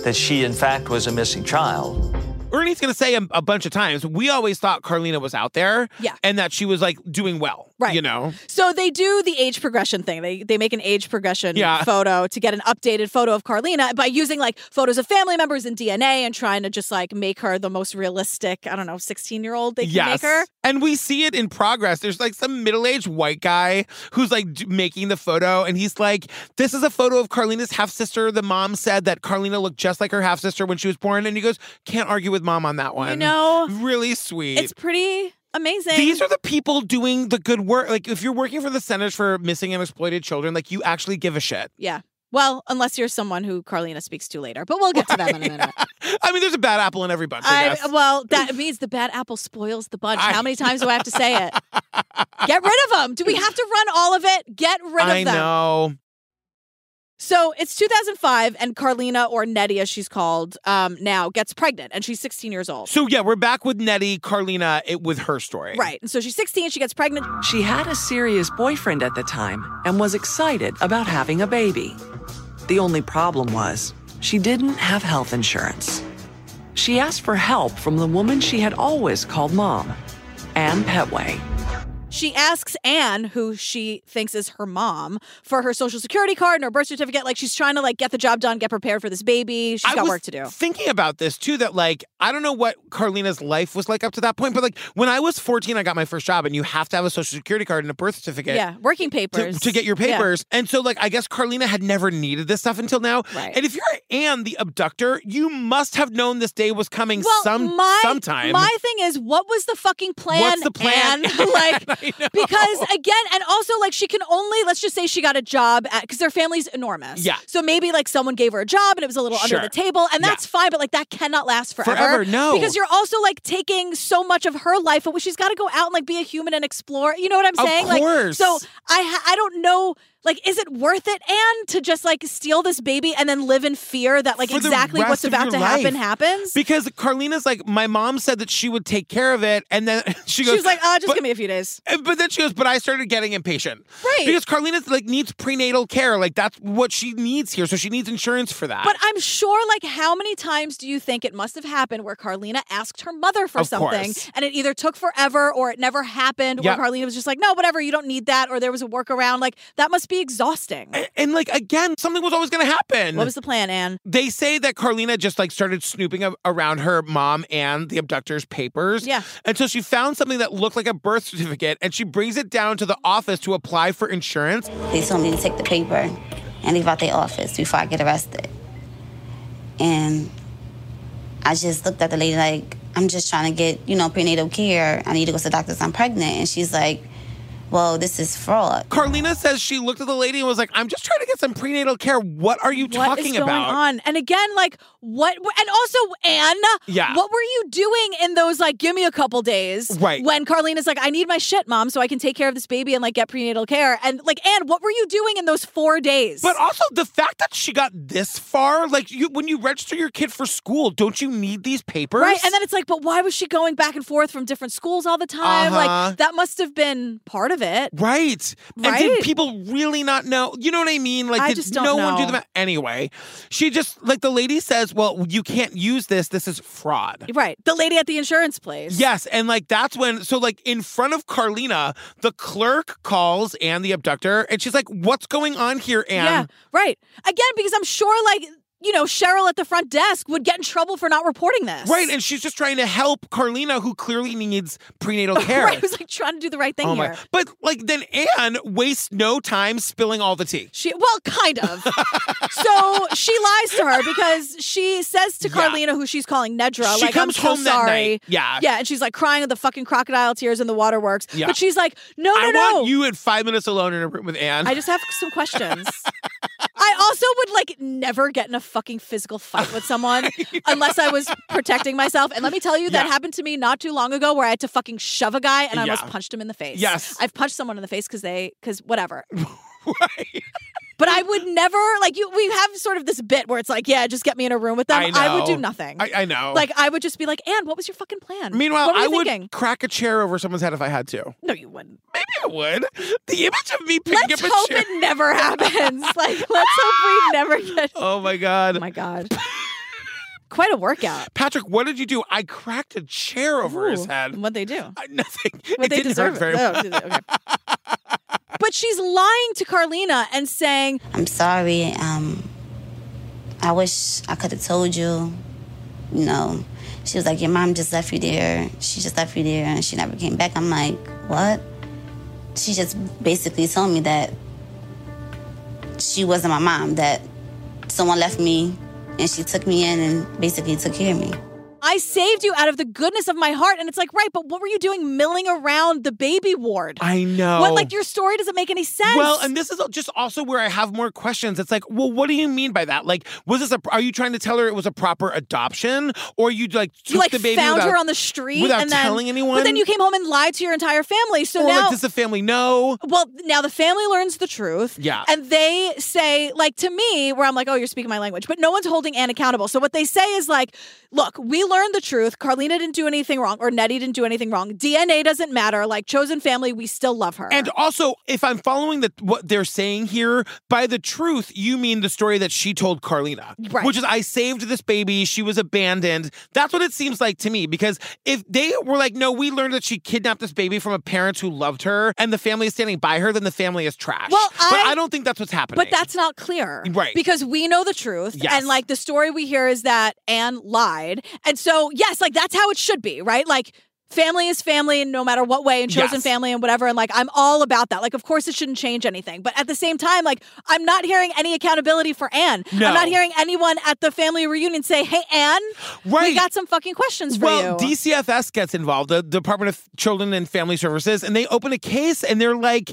H: that she, in fact, was a missing child.
B: Ernie's going to say a, a bunch of times, we always thought Carlina was out there.
A: Yeah.
B: And that she was like doing well.
A: Right.
B: You know?
A: So they do the age progression thing. They they make an age progression
B: Yeah.
A: photo to get an updated photo of Carlina by using like photos of family members and DNA and trying to just like make her the most realistic, I don't know, 16 year old they can
B: Yes.
A: make her.
B: And we see it in progress. There's like some middle aged white guy who's like d- making the photo. And he's like, This is a photo of Carlina's half sister. The mom said that Carlina looked just like her half sister when she was born. And he goes, Can't argue with mom on that one.
A: You know,
B: Really sweet.
A: it's pretty amazing.
B: These are the people doing the good work. Like, if you're working for the Centers for Missing and Exploited Children, like, you actually give a shit. [laughs]
A: yeah. Well, unless you're someone who Carlina speaks to later, but we'll get to them in a
B: [laughs]
A: minute.
B: I mean, there's a bad apple in every bunch. I,
A: I,
B: guess.
A: well,
B: [laughs]
A: that means the bad apple spoils the bunch.
B: I-
A: How many times do I have to say
B: [laughs]
A: it? Get rid of them. Do we have to run all of it? Get rid of
B: I
A: them.
B: know.
A: So it's 2005, and Carlina, or Nettie as she's called um, now, gets pregnant, and she's 16 years old.
B: So, yeah, we're back with Nettie, Carlina, it, with her story.
A: Right. And so she's 16, she gets pregnant.
C: She had a serious boyfriend at the time and was excited about having a baby. The only problem was she didn't have health insurance. She asked for help from the woman she had always called mom, Anne Petway.
A: She asks Anne, who she thinks is her mom, for her social security card and her birth certificate. Like she's trying to like get the job done, get prepared for this baby. She's
B: I
A: got
B: was
A: work to do.
B: Thinking about this too, that like I don't know what Carlina's life was like up to that point, but like when I was 14, I got my first job, and you have to have a social security card and a birth certificate.
A: Yeah, working
B: to,
A: papers.
B: to get your
A: Yeah.
B: papers. And so, like, I guess Carlina had never needed this stuff until now.
A: Right.
B: And if you're Anne, the abductor, you must have known this day was coming some
A: my,
B: sometime.
A: My thing is, what was the fucking plan?
B: [laughs] What's the plan?
A: Anne? [laughs] like, because again, and also like she can only let's just say she got a job at because their family's enormous.
B: Yeah.
A: So maybe like someone gave her a job and it was a little
B: Sure.
A: under the table, and
B: Yeah.
A: that's fine. But like that cannot last forever.
B: Forever, no.
A: Because you're also like taking so much of her life, away. she's got to go out and like be a human and explore. You know what I'm
B: Of
A: saying?
B: course.
A: Like so, I ha- I don't know. Like, is it worth it? And to just like steal this baby and then live in fear that like
B: For the
A: exactly what's
B: rest of
A: about
B: your
A: to happen
B: life.
A: happens.
B: Because Carlina's like, my mom said that she would take care of it, and then [laughs] she goes,
A: She's like, uh, just
B: but-
A: give me a few days.
B: And- But then she goes, but I started getting impatient.
A: Right.
B: Because Carlina like needs prenatal care. Like that's what she needs here. So she needs insurance for that.
A: But I'm sure, like, how many times do you think it must have happened where Carlina asked her mother for
B: Of
A: something
B: course.
A: and it either took forever or it never happened,
B: Yeah.
A: or Carlina was just like, no, whatever, you don't need that, or there was a workaround? Like, that must be exhausting.
B: A- and like again, something was always gonna happen.
A: What was the plan, Anne?
B: they say that Carlina just like started snooping a- around her mom and the abductor's papers.
A: Yeah.
B: Until she found something that looked like a birth certificate and she brings it down to the office to apply for insurance.
F: They told me to take the paper and leave out their office before I get arrested. And I just looked at the lady like, I'm just trying to get, you know, prenatal care. I need to go to the doctors. I'm pregnant. And she's like, well, this is fraud.
B: Carlina says she looked at the lady and was like, I'm just trying to get some prenatal care. What are you
A: What
B: talking
A: is going
B: about?
A: on? And again, like what? And also, Anne,
B: Yeah.
A: what were you doing in those like? Give me a couple days,
B: Right.
A: When Carlina's like, I need my shit, mom, so I can take care of this baby and like get prenatal care. And like, Anne, what were you doing in those four days?
B: But also the fact that she got this far, like you when you register your kid for school, don't you need these papers?
A: Right, and then it's like, but why was she going back and forth from different schools all the time?
B: Uh-huh.
A: Like that must have been part of it.
B: Right. And did
A: Right.
B: people really not know? You know what I mean? Like,
A: I
B: did
A: just don't
B: no one do
A: know.
B: the math? Anyway, she just, like, the lady says, well, you can't use this. This is fraud.
A: Right, the lady at the insurance place.
B: Yes. And, like, that's when, so, like, in front of Carlina, the clerk calls Anne, the abductor, and she's like, what's going on here, Anne?
A: yeah, right. Again, because I'm sure, like you know, Cheryl at the front desk would get in trouble for not reporting this.
B: Right.
A: [laughs]
B: And she's just trying to help Carlina, who clearly needs prenatal care.
A: [laughs] right, who's like trying to do the right thing
B: Oh
A: here.
B: my! But like, then Anne wastes no time spilling all the tea.
A: She well, kind
B: [laughs]
A: of. so she lies to her because she says to
B: Yeah.
A: Carlina, who she's calling Nedra,
B: She
A: like
B: comes
A: I'm so
B: home that
A: sorry.
B: night. Yeah.
A: yeah, and she's like crying with the fucking crocodile tears in the waterworks.
B: Yeah.
A: But she's like, no, no,
B: I
A: no.
B: want you in five minutes alone in a room with Anne.
A: I just have some
B: [laughs]
A: questions. I also would like never get in a fucking physical fight with
B: [laughs]
A: someone unless I was protecting myself. And let me tell you, that
B: Yeah.
A: happened to me not too long ago where I had to fucking shove a guy and I
B: Yeah.
A: almost punched him in the face.
B: Yes.
A: I've punched someone in the face because they, because whatever.
B: [laughs] Right.
A: But I would never, like, you, we have sort of this bit where it's like, yeah, just get me in a room with them.
B: I
A: would do
B: know.
A: nothing.
B: I, I know.
A: like, I would just be like, Anne, what was your fucking plan?
B: Meanwhile,
A: what were
B: I
A: you
B: would [laughs]
A: thinking?
B: crack a chair over someone's head if I had to.
A: No, you wouldn't.
B: [laughs] Maybe I would. The image of me picking
A: Let's
B: up a
A: hope
B: chair.
A: it never happens. like, let's hope we never get
B: [laughs] Oh my god.
A: Oh my god. Quite a
B: [laughs]
A: workout.
B: Patrick, what did you do? I cracked a chair over his
A: Ooh,
B: head.
A: What'd they
B: [laughs]
A: do?
B: I- nothing.
A: What they
B: it didn't
A: deserve
B: hurt
A: it.
B: very
A: Oh,
B: much.
A: did they? Okay. but she's lying to Carlina and saying,
F: I'm sorry. Um, I wish I could have told you. You know, she was like, Your mom just left you there. She just left you there and she never came back. I'm like, What? She just basically told me that she wasn't my mom, that someone left me and she took me in and basically took care of me.
A: I saved you out of the goodness of my heart. And it's like, right, but what were you doing milling around the baby ward?
B: I know.
A: What, like, your story doesn't make any sense.
B: [laughs] Well, and this is just also where I have more questions. It's like, well, what do you mean by that? Like, was this a? Are you trying to tell her it was a proper adoption, or you like took
A: you like
B: the baby
A: found
B: without,
A: her on the street
B: without
A: and then,
B: telling anyone?
A: But then you came home and lied to your entire family. So
B: or
A: now
B: like, does the family know?
A: Well, now the family learns the truth.
B: Yeah.
A: And they say, like, to me, where I'm like, oh, you're speaking my language, but no one's holding Anne accountable. So what they say is, like, look, we learned the truth. Carlina didn't do anything wrong, or Nettie didn't do anything wrong. DNA doesn't matter. Like, chosen family, we still love her.
B: And also, if I'm following the, what they're saying here, by the truth, you mean the story that she told Carlina,
A: Right.
B: which is I saved this baby, she was abandoned. That's what it seems like to me. Because if they were like, no, we learned that she kidnapped this baby from a parent who loved her, and the family is standing by her, then the family is trash.
A: Well,
B: but
A: I-
B: I don't think that's what's happening.
A: but that's not clear.
B: Right.
A: Because we know the truth.
B: Yes.
A: And like the story we hear is that Anne lied. And so, yes, like that's how it should be, right? Like family is family no matter what way and chosen
B: Yes.
A: family and whatever. And like, I'm all about that. Like, of course, it shouldn't change anything. But at the same time, like, I'm not hearing any accountability for Anne.
B: No.
A: I'm not hearing anyone at the family reunion say, hey, Anne,
B: Right.
A: we got some fucking questions for
B: well,
A: you.
B: DCFS gets involved, the Department of Children and Family Services, and they open a case and they're like,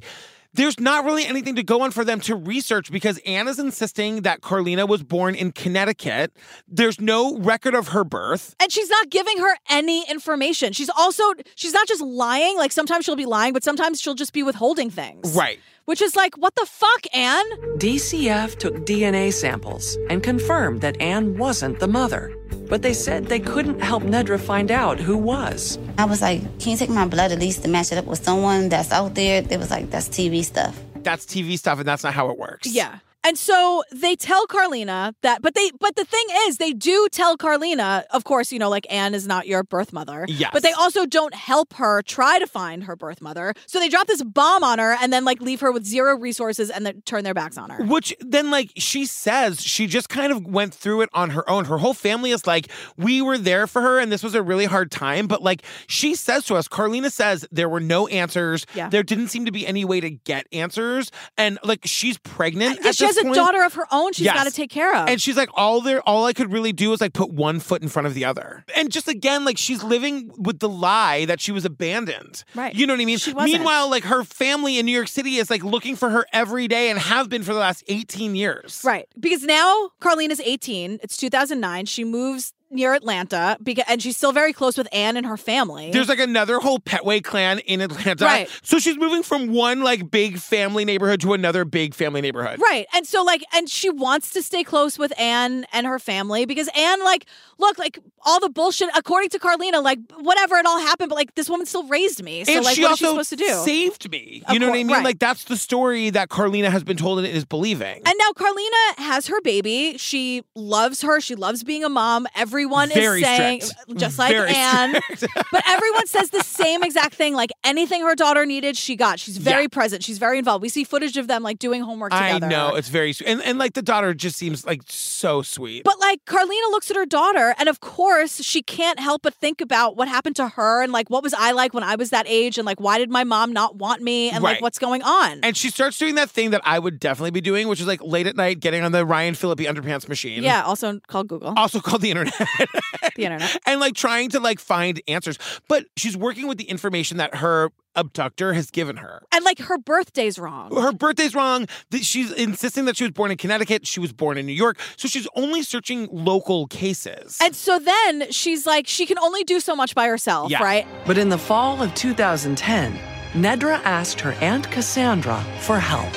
B: there's not really anything to go on for them to research because Anna's insisting that Carlina was born in Connecticut. There's no record of her birth.
A: and she's not giving her any information. She's also she's not just lying. Like sometimes she'll be lying, but sometimes she'll just be withholding things.
C: Right.
A: Which is like, what the fuck, Anne?
C: DCF took DNA samples and confirmed that Anne wasn't the mother, but they said they couldn't help Nedra find out who was.
F: I was like, can you take my blood at least to match it up with someone that's out there? They was like, that's TV stuff.
B: That's TV stuff, and that's not how it works.
A: Yeah. And so they tell Carlina that, but they, but the thing is, they do tell Carlina, of course, you know, like Anne is not your birth mother.
B: Yes.
A: But they also don't help her try to find her birth mother. So they drop this bomb on her and then like leave her with zero resources and then turn their backs on her.
B: Which then, like, she says she just kind of went through it on her own. Her whole family is like, we were there for her, and this was a really hard time. But, like, she says to us, Carlina says there were no answers.
A: Yeah.
B: There didn't seem to be any way to get answers. And, like, she's pregnant.
A: Yeah,
B: at
A: she has
B: this
A: a
B: point.
A: daughter of her own she's
B: Yes.
A: got to take care of.
B: And she's like, all there, all I could really do is like put one foot in front of the other. And just again, like she's living with the lie that she was abandoned.
A: Right.
B: You know what I mean?
A: She wasn't.
B: Meanwhile, like her family in New York City is like looking for her every day and have been for the last 18 years.
A: Right. Because now Carlina's 18. It's 2009. She moves near Atlanta because, and she's still very close with Anne and her family.
B: There's like another whole Petway clan in Atlanta.
A: Right.
B: So she's moving from one like big family neighborhood to another big family neighborhood.
A: Right. And so like and she wants to stay close with Anne and her family because Anne like look like all the bullshit according to Carlina like whatever it all happened but like this woman still raised me. So
B: and
A: like
B: she
A: what is
B: also
A: she supposed to do?
B: saved me.
A: Of
B: You know what
A: cour-
B: I mean?
A: right.
B: Like that's the story that Carlina has been told and is believing.
A: and now Carlina has her baby. She loves her. She loves being a mom. Everyone
B: Very
A: is saying uh,
B: strict. Mm,
A: just like
B: Very
A: Anne.
B: [laughs]
A: but everyone says the same exact thing. Like anything her daughter needed, she got. She's very
B: Yeah.
A: present. She's very involved. We see footage of them like doing homework
B: I
A: together.
B: know it's very sweet, and and like the daughter just seems like so sweet.
A: But like Carlina looks at her daughter, and of course she can't help but think about what happened to her and like what was I like when I was that age, and like why did my mom not want me, and
B: Right.
A: like what's going on.
B: and she starts doing that thing that I would definitely be doing, which is like late at night getting on the Ryan Philippi underpants machine.
A: Yeah, also called Google.
B: Also called the internet. [laughs]
A: the internet.
B: and like trying to like find answers. But she's working with the information that her abductor has given her.
A: And like her birthday's wrong.
B: Her birthday's wrong. Th- She's insisting that she was born in Connecticut. She was born in New York. So she's only searching local cases.
A: And so then she's like, she can only do so much by herself, right?
C: But in the fall of 2010, Nedra asked her aunt Cassandra for help.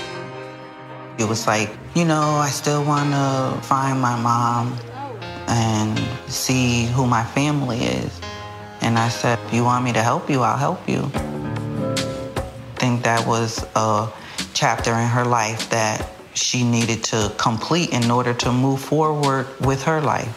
K: It was like, you know, I still want to find my mom and see who my family is. And I said, you want me to help you? I'll help you. I think that was a chapter in her life that she needed to complete in order to move forward with her life.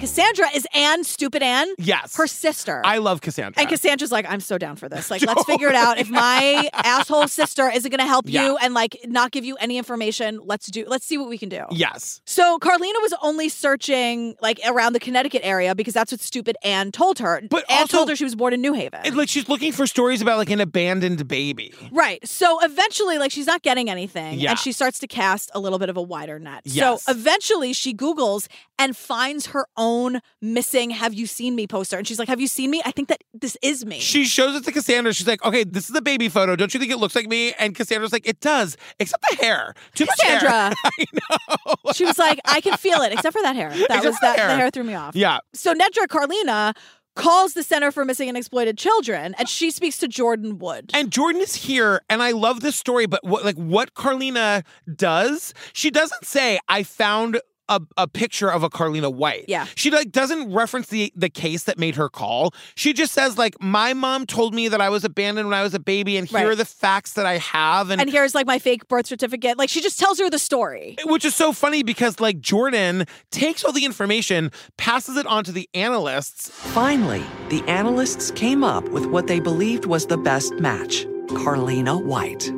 A: Cassandra is Anne, stupid Anne.
B: Yes.
A: Her sister.
B: I love Cassandra.
A: And Cassandra's like, I'm so down for this. Like, let's figure it
B: [laughs]
A: out. If my asshole sister isn't going to help
B: Yeah.
A: you and like not give you any information, let's do, let's see what we can do.
B: yes.
A: So Carlina was only searching like around the Connecticut area because that's what stupid Anne told her. But Anne
B: also-
A: told her she was born in New Haven.
B: And, like she's looking for stories about like an abandoned baby.
A: Right. So eventually, like, she's not getting anything.
B: Yeah.
A: And she starts to cast a little bit of a wider net.
B: Yes.
A: So eventually, she Googles and finds her own missing Have You Seen Me poster. And she's like, Have you seen me? I think that this is me.
B: She shows it to Cassandra. She's like, okay, this is a baby photo. Don't you think it looks like me? And Cassandra's like, it does, except the hair. Too much hair. [laughs]
A: Cassandra. she was like, I can feel it, except for that hair. That
B: Except
A: was
B: for
A: that,
B: the hair.
A: the hair threw me off.
B: Yeah.
A: So Nedra Carlina calls the Center for Missing and Exploited Children and she speaks to Jordan Wood.
B: And Jordan is here, and I love this story. But what, like, what Carlina does, she doesn't say, "I found a, a picture of a Carlina White."
A: Yeah.
B: she like doesn't reference the the case that made her call. She just says, "Like, my mom told me that I was abandoned when I was a baby, and here
A: Right.
B: are the facts that I have."
A: And here's like my fake birth certificate. Like she just tells her the story.
B: Which is so funny because like Jordan takes all the information, passes it on to the analysts.
C: Finally, the analysts came up with what they believed was the best match Carlina White.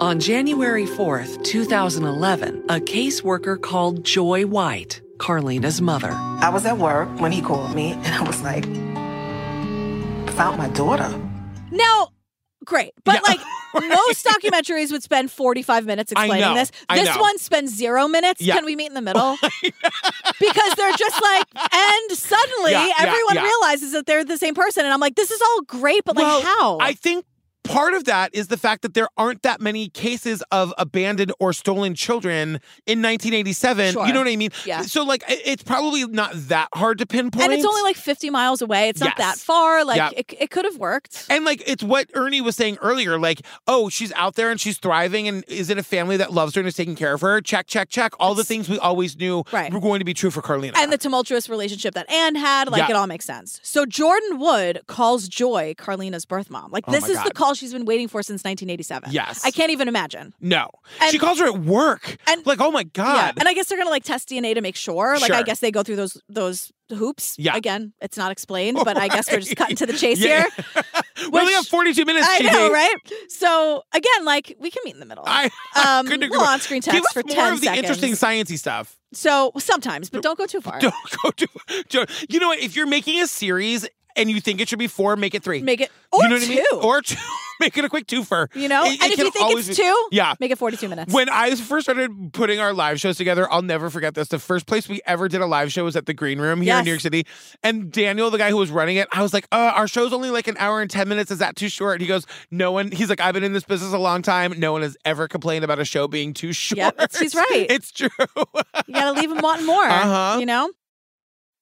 C: On January 4th, 2011, a caseworker called Joy White, Carlina's mother.
E: [laughs] I was at work when he called me, and I was like, found my daughter.
A: Now, great. But
B: [laughs]
A: like most documentaries would spend 45 minutes
E: I
A: explaining
E: know.
A: this.
E: I
A: This
E: know.
A: one spends zero minutes.
B: Yeah.
A: Can we meet in the
B: [laughs]
A: middle? because they're just like, and suddenly
B: Yeah, yeah,
A: everyone
B: yeah.
A: realizes that they're the same person. And I'm like, this is all great, but
B: Well,
A: like how?
B: I think part of that is the fact that there aren't that many cases of abandoned or stolen children in 1987.
A: Sure.
B: You know what I mean?
A: Yeah.
B: So like, it- it's probably not that hard to pinpoint.
A: and it's only like 50 miles away. It's not
B: Yes.
A: that far. Like
B: Yeah.
A: it, it could have worked.
B: And like it's what Ernie was saying earlier, like, oh, she's out there and she's thriving and is in a family that loves her and is taking care of her. Check, check, check. All the things we always knew
A: Right.
B: were going to be true for Carlina.
A: And the tumultuous relationship that Anne had, like
B: Yeah.
A: it all makes sense. So Jordan Wood calls Joy Carlina's birth mom. Like
B: Oh
A: this
B: my
A: is the
B: God.
A: call she's been waiting for since 1987.
B: Yes.
A: I can't even imagine.
B: no.
A: And-
B: she calls her at work. And like, oh my
A: Yeah,
B: God.
A: and I guess they're gonna like test DNA to make sure. Like I
B: Sure.
A: guess they go through those those hoops.
B: Yeah.
A: Again, it's not explained, but I guess we're just cutting to the chase
B: Yeah.
A: here.
B: [laughs] we only have 42 minutes.
A: I
B: TJ.
A: know, right? So again, like we can meet in the middle.
B: I, [laughs]
A: um,
B: couldn't agree
A: little
B: more.
A: on-screen text
B: Give us
A: for
B: more
A: 10
B: of the interesting sciencey stuff. [laughs]
A: So sometimes, but don't go too far.
B: Don't go too. Joe, You know what? If you're making a series and you think it should be four, make it three.
A: Make it or
B: you know what I mean?
A: two.
B: Or two. [laughs] Make it a quick twofer.
A: You know?
B: It- it
A: and if
B: can
A: you think
B: always
A: it's
B: be-
A: two,
B: yeah.
A: make it forty two minutes.
B: When I first started putting our live shows together, I'll never forget this. The first place we ever did a live show was at the Green Room here
A: Yes.
B: in New York City. And Daniel, the guy who was running it, I was like, uh, our show's only like an hour and 10 minutes. Is that too short? And he goes, No one, he's like, I've been in this business a long time. No one has ever complained about a show being too [laughs] short.
A: Yep, it's- he's right.
B: It's true.
A: You gotta leave them wanting more.
B: Uh-huh.
A: You know.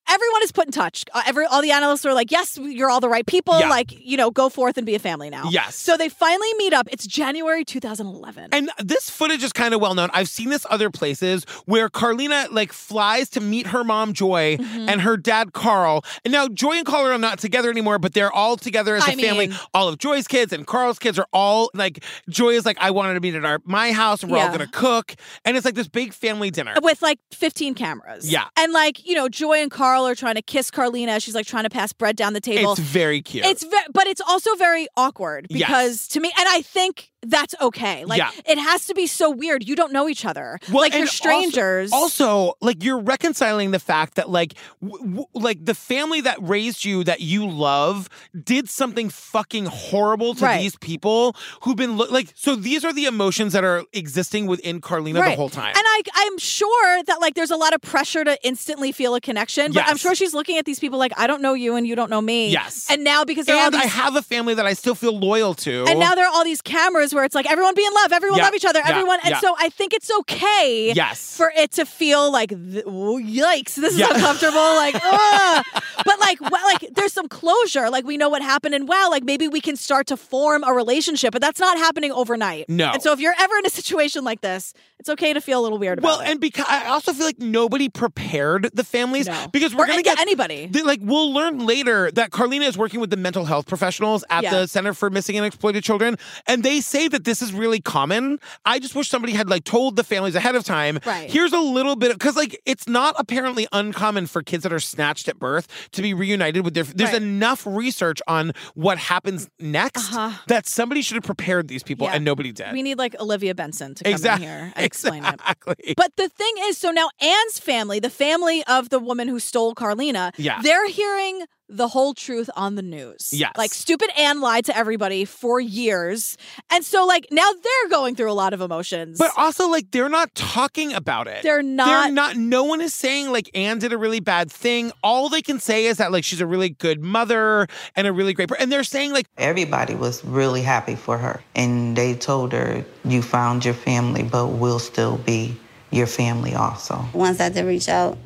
A: Everyone is put in touch. Uh, Every all the analysts are like, "Yes, you're all the right people.
B: Yeah.
A: Like, you know, go forth and be a family now."
B: [laughs] Yes.
A: So they finally meet up. It's January 2011.
B: And this footage is kind of well known. I've seen this other places where Carlina like flies to meet her mom Joy
A: Mm-hmm.
B: and her dad Carl. And now Joy and Carl are not together anymore, but they're all together as a
A: I
B: family.
A: mean-
B: All of Joy's kids and Carl's kids are all like Joy is like I wanted to meet at our my house and we're all
A: Yeah.
B: going to cook and it's like this big family dinner.
A: with like 15 cameras.
B: Yeah.
A: And like, you know, Joy and Carl are trying to kiss Carlina. She's like trying to pass bread down the table.
B: It's very cute.
A: It's ve- but it's also very awkward
B: Yes.
A: because to me, and I think that's okay. Like
B: Yeah.
A: it has to be so weird. You don't know each other. like you're
B: and also-
A: strangers.
B: Also, like you're reconciling the fact that like w- w- like the family that raised you that you love did something fucking horrible to
A: Right.
B: these people who've been lo- like so these are the emotions that are existing within Carlina the whole time.
A: And I, I'm sure that like there's a lot of pressure to instantly feel a connection, but I'm
B: Yes.
A: sure she's looking at these people like I don't know you and you don't know me.
B: Yes.
A: And now because they're all
B: and
A: these
B: I have a family that I still feel loyal to.
A: And now there are all these cameras where it's like everyone be in love, everyone
B: Yeah,
A: love each other,
B: yeah,
A: everyone. And
B: yeah.
A: so I think it's okay
B: Yes.
A: for it to feel like th- "Ooh, yikes, this is
B: Yeah.
A: uncomfortable.
B: [laughs]
A: Like, ugh. but like, well, like there's some closure. Like we know what happened, and wow, like maybe we can start to form a relationship. But that's not happening overnight.
B: No.
A: And so if you're ever in a situation like this, it's okay to feel a little weird about
B: well,
A: it.
B: and because I also feel like nobody prepared the families
A: [laughs] No.
B: because we're
A: Or
B: going to
A: any-
B: get
A: anybody.
B: They- like we'll learn later that Carlina is working with the mental health professionals at
A: Yeah.
B: the Center for Missing and Exploited Children, and they say that this is really common. I just wish somebody had like told the families ahead of time.
A: Right.
B: Here's a little bit because like it's not apparently uncommon for kids that are snatched at birth to be reunited with their. There's
A: Right.
B: enough research on what happens next
A: Uh-huh.
B: that somebody should have prepared these people,
A: Yeah.
B: and nobody did.
A: We need like Olivia Benson to come
B: Exact-
A: in here
B: [laughs]
A: and explain it.
B: exactly.
A: But the thing is, so now Anne's family, the family of the woman who stole Carlina,
B: Yeah.
A: they're hearing the whole truth on the news.
B: Yes.
A: Like stupid Anne lied to everybody for years. And so like now they're going through a lot of emotions.
B: But also, like, they're not talking about it.
A: They're
B: They're
A: not-
B: not. No one is saying, like, Anne did a really bad thing. All they can say is that, like, she's a really good mother and a really great person. And they're saying, like,
K: Everybody was really happy for her. And they told her, You found your family, but we'll still be your family also.
F: Once I did reach out,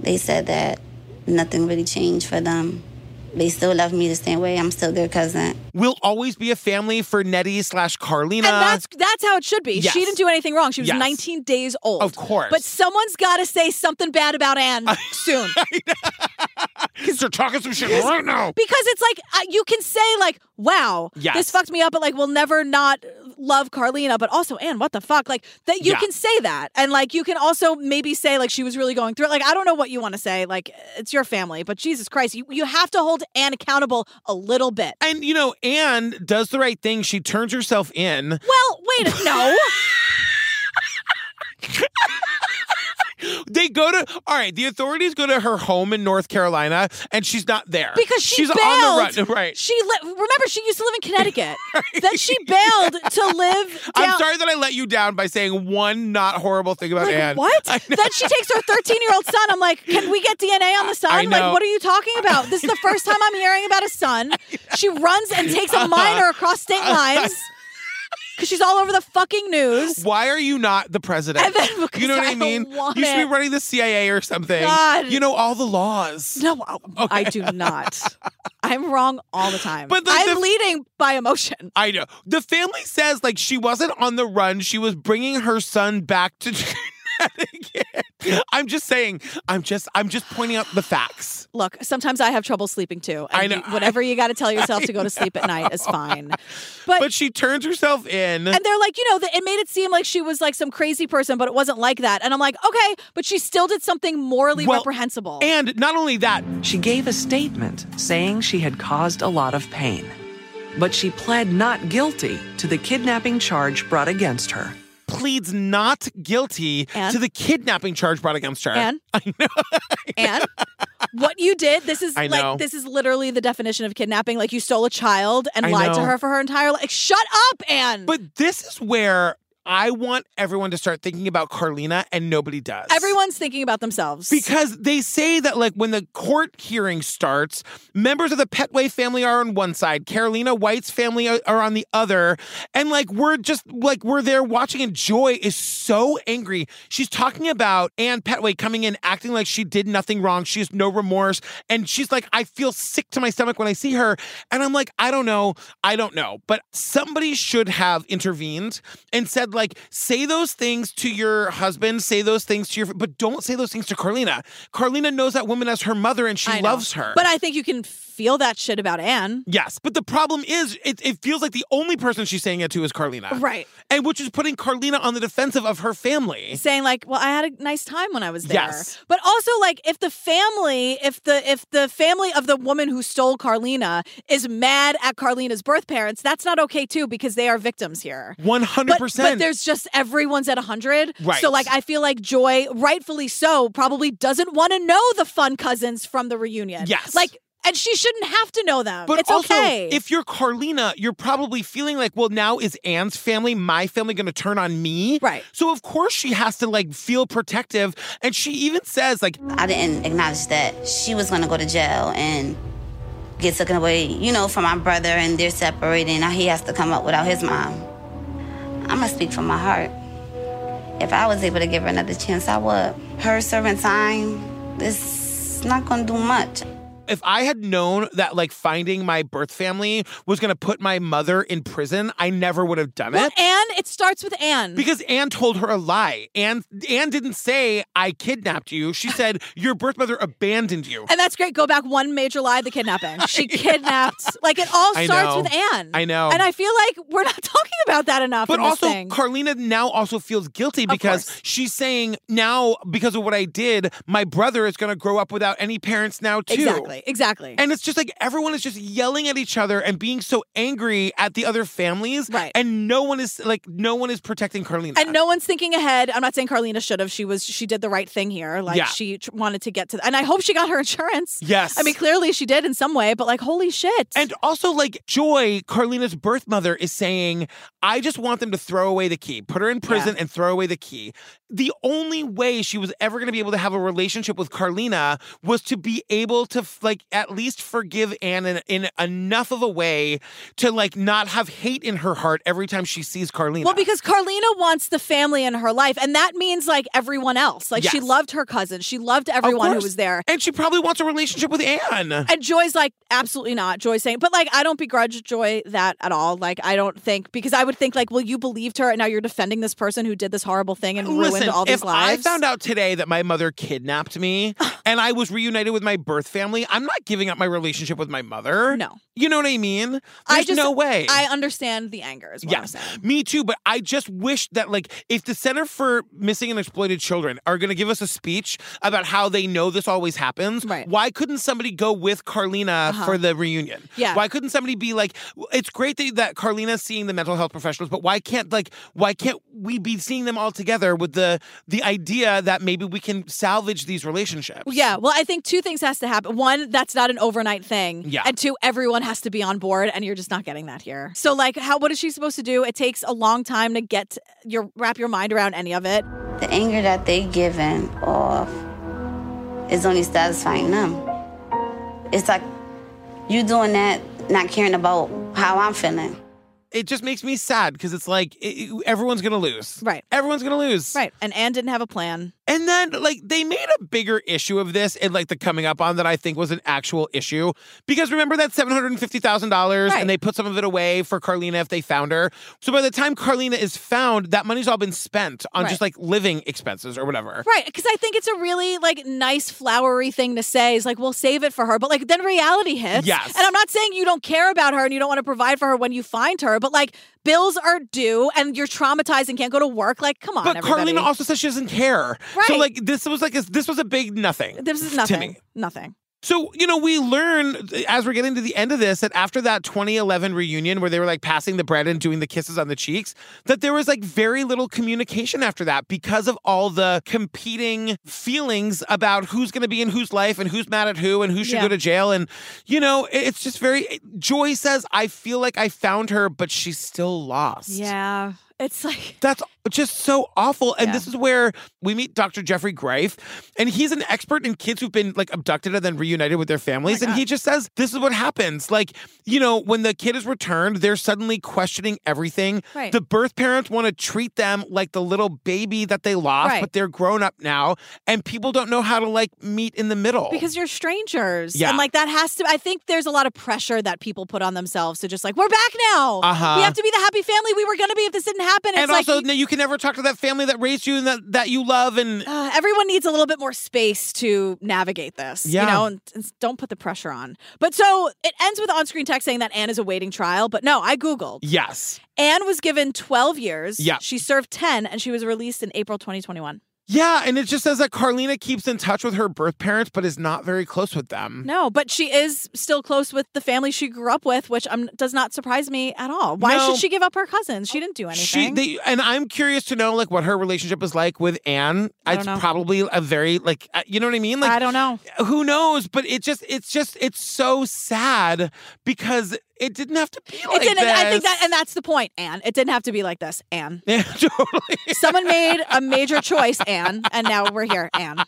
F: they said that nothing really changed for them. They still love me the same way. I'm still their cousin.
B: we'll always be a family for Nettie slash Carlina.
A: and that's that's how it should be.
B: uh, Yes.
A: She didn't do anything wrong. She was
B: Yes.
A: 19 days old.
B: Of course.
A: But someone's got to say something bad about
B: [laughs]
A: Anne soon.
B: Because they're talking some shit right now.
A: because it's like uh, you can say like wow
B: Yes.
A: this fucked me up but like we'll never not love carlina but also and what the fuck like that you
B: Yeah.
A: can say that and like you can also maybe say like she was really going through it like i don't know what you want to say like it's your family but jesus christ you, you have to hold anne accountable a little bit
B: And, you know, Anne does the right thing. She turns herself in. [laughs]
A: well wait a- no
B: Th- They go to all right. The authorities go to her home in North Carolina, and she's not there
A: because she
B: she's
A: bailed.
B: on the run. Right.
A: She li- remember she used to live in
B: [laughs]
A: Connecticut. Then she bailed to live. Down-
B: I'm sorry that I let you down by saying one not horrible thing about
A: Like,
B: Anne.
A: what?
B: I know.
A: Then she takes her 13 year old son. I'm like, can we get DNA on the
B: I
A: son? Like,
B: know.
A: what are you talking about? This is the first time I'm hearing about a
B: [laughs]
A: son. She runs and takes
B: Uh-huh.
A: a minor across state
B: [laughs]
A: lines because she's all over the fucking news.
B: Why are you not the president?
A: And then because
B: you know what
A: I
B: I mean?
A: don't want
B: you should be
A: it.
B: running the CIA or something.
A: God.
B: You know all the laws.
A: No, I, I do not. I'm wrong all the time.
B: But the-
A: I'm
B: the-
A: leading by emotion.
B: I know. The family says like she wasn't on the run. She was bringing her son back to [laughs] Connecticut. I'm just saying. I'm just. I'm just pointing out the facts.
A: Look, sometimes I have trouble sleeping too. And
B: I know.
A: you- whatever you got to
B: [laughs]
A: tell yourself to go to sleep at night is fine. But,
B: But, she turns herself in.
A: and they're like, you know, that it made it seem like she was like some crazy person, but it wasn't like that. And I'm like, okay, but she still did something morally
B: Well,
A: reprehensible.
B: and not only that,
C: She gave a statement saying she had caused a lot of pain, but she pled not guilty to the kidnapping charge brought against her.
B: pleads not guilty
A: And?
B: to the kidnapping charge brought against her. [laughs]
A: and I know. and what you did, this is
B: I know.
A: like this is literally the definition of kidnapping. Like you stole a child and
B: I
A: lied to
B: know.
A: her for her entire life. Shut up, Anne.
B: But this is where I want everyone to start thinking about Carlina, and nobody does.
A: Everyone's thinking about themselves.
B: Because they say that, like, when the court hearing starts, members of the Petway family are on one side, Carolina White's family are, are on the other. And, like, we're just, like, we're there watching, and Joy is so angry. She's talking about Anne Petway coming in, acting like she did nothing wrong. She has no remorse. And she's like, I feel sick to my stomach when I see her. And I'm like, I don't know. I don't know. But somebody should have intervened and said, like, say those things to your husband, say those things to your, but don't say those things to Carlina. Carlina knows that woman as her mother and she
A: I know.
B: loves her.
A: But I think you can feel that shit about Anne.
B: yes. But the problem is, it, it feels like the only person she's saying it to is Carlina.
A: Right.
B: And which is putting Carlina on the defensive of her family.
A: Saying like, well, I had a nice time when I was there.
B: Yes.
A: But also like if the family, if the if the family of the woman who stole Carlina is mad at Carlina's birth parents, that's not okay too, because they are victims here.
B: 100%.
A: But, but there's just everyone's at 100.
B: Right.
A: So, like, I feel like Joy, rightfully so, probably doesn't want to know the fun cousins from the reunion.
B: Yes.
A: Like, and she shouldn't have to know them.
B: But
A: it's
B: also,
A: okay.
B: if you're Carlina, you're probably feeling like, well, now is Anne's family, my family, going to turn on me?
A: Right.
B: So of course she has to like feel protective, and she even says like,
F: I didn't acknowledge that she was going to go to jail and get taken away, you know, from my brother, and they're separating. Now he has to come up without his mom. I'm gonna speak from my heart. If I was able to give her another chance, I would. Her serving time is not gonna do much.
B: if I had known that like finding my birth family was going to put my mother in prison, I never would have done
A: well,
B: it.
A: Anne, it starts with Anne.
B: Because Anne told her a lie. Anne, Anne didn't say, I kidnapped
A: [laughs]
B: you. She said, Your birth mother abandoned you.
A: and that's great. Go back one major lie the kidnapping.
B: [laughs]
A: She kidnapped. Like, it all
B: I
A: starts
B: know.
A: with Anne.
B: I know.
A: And I feel like we're not [laughs] talking about that enough.
B: But
A: in this
B: also,
A: thing.
B: Carlina now also feels guilty because
A: course.
B: she's saying now because of what I did, my brother is going to grow up without any parents now too.
A: Exactly. Exactly.
B: And it's just like everyone is just yelling at each other and being so angry at the other families,
A: Right.
B: And no one is like no one is protecting Carlina.
A: and no one's thinking ahead. I'm not saying Carlina should have. She was she did the right thing here. Like
B: Yeah.
A: she tr- wanted to get to, and I hope she got her [laughs] insurance.
B: Yes.
A: I mean clearly she did in some way, but like holy shit.
B: And also, like Joy, Carlina's birth mother, is saying, I just want them to throw away the key, put her in prison and throw away the key. The only way she was ever going to be able to have a relationship with Carlina was to be able to, f- like, at least forgive Anne in, in enough of a way to, like, not have hate in her heart every time she sees Carlina.
A: well, because Carlina wants the family in her life, and that means like everyone else. Like she
B: Yes.
A: loved her cousin, she loved
B: Of
A: everyone who
B: course.
A: was there.
B: And she probably wants a relationship with Anne.
A: And Joy's like, absolutely not. Joy's saying, but like, I don't begrudge Joy that at all. Like, I don't think, because I would think, like, well, you believed her and now you're defending this person who did this horrible thing and ruined all these
B: if
A: lives. [sighs]
B: I found out today that my mother kidnapped me and I was reunited with my birth family, I'm not giving up my relationship with my mother.
A: No.
B: You know what I mean? There's
A: I just
B: no way.
A: I understand the anger is what I'm
B: Yes,
A: saying.
B: me too. But I just wish that, like, if the Center for Missing and Exploited Children are going to give us a speech about how they know this always happens,
A: Right.
B: why couldn't somebody go with Carlina
A: Uh-huh.
B: for the reunion?
A: Yeah.
B: Why couldn't somebody be like, it's great that, that Carlina's seeing the mental health professionals, but why can't like why can't we be seeing them all together with the the idea that maybe we can salvage these relationships?
A: Yeah, well, I think two things has to happen. One, that's not an overnight thing.
B: Yeah.
A: And two, everyone has to be on board, and you're just not getting that here. So, like, how what is she supposed to do? It takes a long time to get your wrap your mind around any of it.
F: The anger that they giving off is only satisfying them. It's like you doing that, not caring about how I'm feeling.
B: It just makes me sad because it's like it, it- everyone's gonna lose.
A: Right.
B: Everyone's gonna lose.
A: Right. And Anne didn't have a plan.
B: And then, like, they made a bigger issue of this and, like, the coming up on that I think was an actual issue. Because remember that $750,000
A: Right.
B: and they put some of it away for Carlina if they found her. So by the time Carlina is found, that money's all been spent on
A: Right.
B: just, like, living expenses or whatever.
A: Right, because I think it's a really like nice flowery thing to say. Is like we'll save it for her, but like then reality hits.
B: Yes.
A: and I'm not saying you don't care about her and you don't want to provide for her when you find her, but like bills are due and you're traumatized and can't go to work. Like, come on,
B: But
A: everybody.
B: Carlina also says she doesn't care. So,
A: Right.
B: like, this was like, a, this was a big nothing.
A: this is
B: to
A: nothing.
B: me.
A: Nothing.
B: So, you know, we learn as we're getting to the end of this that after that 2011 reunion where they were like passing the bread and doing the kisses on the cheeks, that there was like very little communication after that because of all the competing feelings about who's going to be in whose life and who's mad at who and who should
A: Yeah.
B: go to jail. And, you know, it- it's just very. Joy says, I feel like I found her, but she's still lost.
A: Yeah, it's like [laughs]
B: That's just so awful. And
A: Yeah.
B: this is where we meet Dr. Jeffrey Greif, and he's an expert in kids who've been like abducted and then reunited
A: Oh
B: with their families. and he just says, This is what happens. Like, you know, when the kid is returned, they're suddenly questioning everything.
A: Right.
B: The birth parents want to treat them like the little baby that they lost,
A: Right.
B: but they're grown up now, and people don't know how to like meet in the middle.
A: because you're strangers.
B: Yeah.
A: And like that has to I think there's a lot of pressure that people put on themselves to just like, we're back now.
B: Uh-huh.
A: We have to be the happy family we were gonna be if this didn't happen. It's
B: and
A: like
B: also, no, you can never talk to that family that raised you and that, that you
A: [sighs]
B: love. And
A: uh, everyone needs a little bit more space to navigate this.
B: Yeah.
A: You know, and, and don't put the pressure on. But so it ends with on screen text saying that Anne is awaiting trial. But no, I Googled.
B: yes.
A: Anne was given 12 years.
B: Yeah.
A: She served 10 and she was released in April 2021.
B: Yeah, and it just says that Carlina keeps in touch with her birth parents, but is not very close with them.
A: No, but she is still close with the family she grew up with, which um, does not surprise me at all. Why
B: No.
A: should she give up her cousins? She didn't do
B: She
A: anything.
B: they, and I'm curious to know like what her relationship is like with Anne.
A: I don't
B: it's
A: know.
B: probably a very like uh, you know what I mean. Like
A: I don't know.
B: who knows? But it just it's just it's so sad because it didn't have to be like
A: it didn't.
B: this.
A: I think that, and that's the point, Anne. It didn't have to be like this, Anne.
B: [laughs] yeah, totally.
A: Someone made a major choice, Anne, and now we're here, Anne.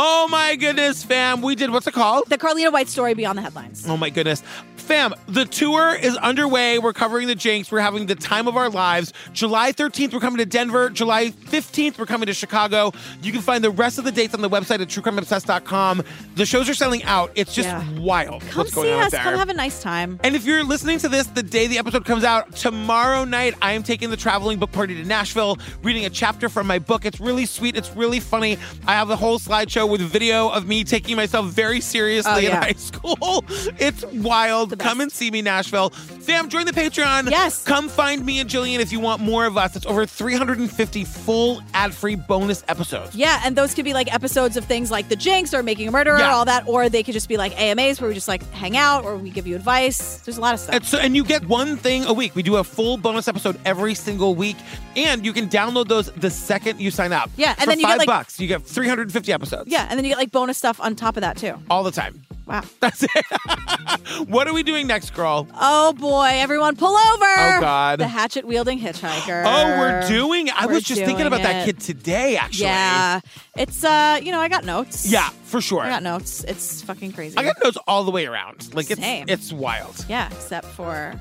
B: Oh my goodness, fam. We did what's it called?
A: The Carlina White story beyond the headlines.
B: Oh my goodness. Fam, the tour is underway. We're covering the Jinx. We're having the time of our lives. July 13th, we're coming to Denver. July 15th, we're coming to Chicago. You can find the rest of the dates on the website at truecrimeobsessed.com. The shows are selling out. It's just
A: Yeah.
B: wild
A: Come
B: what's going
A: see
B: on out
A: us.
B: there.
A: Come have a nice time.
B: And if you're listening to this the day the episode comes out, tomorrow night, I am taking the traveling book party to Nashville, reading a chapter from my book. It's really sweet. It's really funny. I have a whole slideshow with video of me taking myself very seriously
A: Oh,
B: in
A: yeah.
B: high school. [laughs] It's wild. Come and see me, Nashville. Fam, join the Patreon.
A: Yes.
B: Come find me and Jillian if you want more of us. It's over 350 full ad free bonus episodes.
A: Yeah, and those could be like episodes of things like The Jinx or Making a Murderer,
B: Yeah.
A: all that, or they could just be like AMAs where we just like hang out or we give you advice. There's a lot of stuff.
B: And, so, and you get one thing a week. We do a full bonus episode every single week, and you can download those the second you sign up.
A: Yeah, and
B: For
A: then you get,
B: five
A: like-
B: bucks, you get 350 episodes.
A: yeah, and then you get like bonus stuff on top of that too.
B: all the time. [laughs]
A: Wow.
B: That's it. what are we doing next, girl?
A: Oh boy, everyone pull over.
B: Oh, God.
A: The hatchet wielding hitchhiker.
B: Oh, we're doing. I
A: We're
B: was just thinking
A: doing
B: about that
A: it.
B: kid today, actually.
A: Yeah. It's uh, you know, I got notes.
B: Yeah, for sure.
A: I got notes. It's fucking crazy.
B: I got notes all the way around. Like it's
A: Same.
B: it's wild.
A: yeah, except for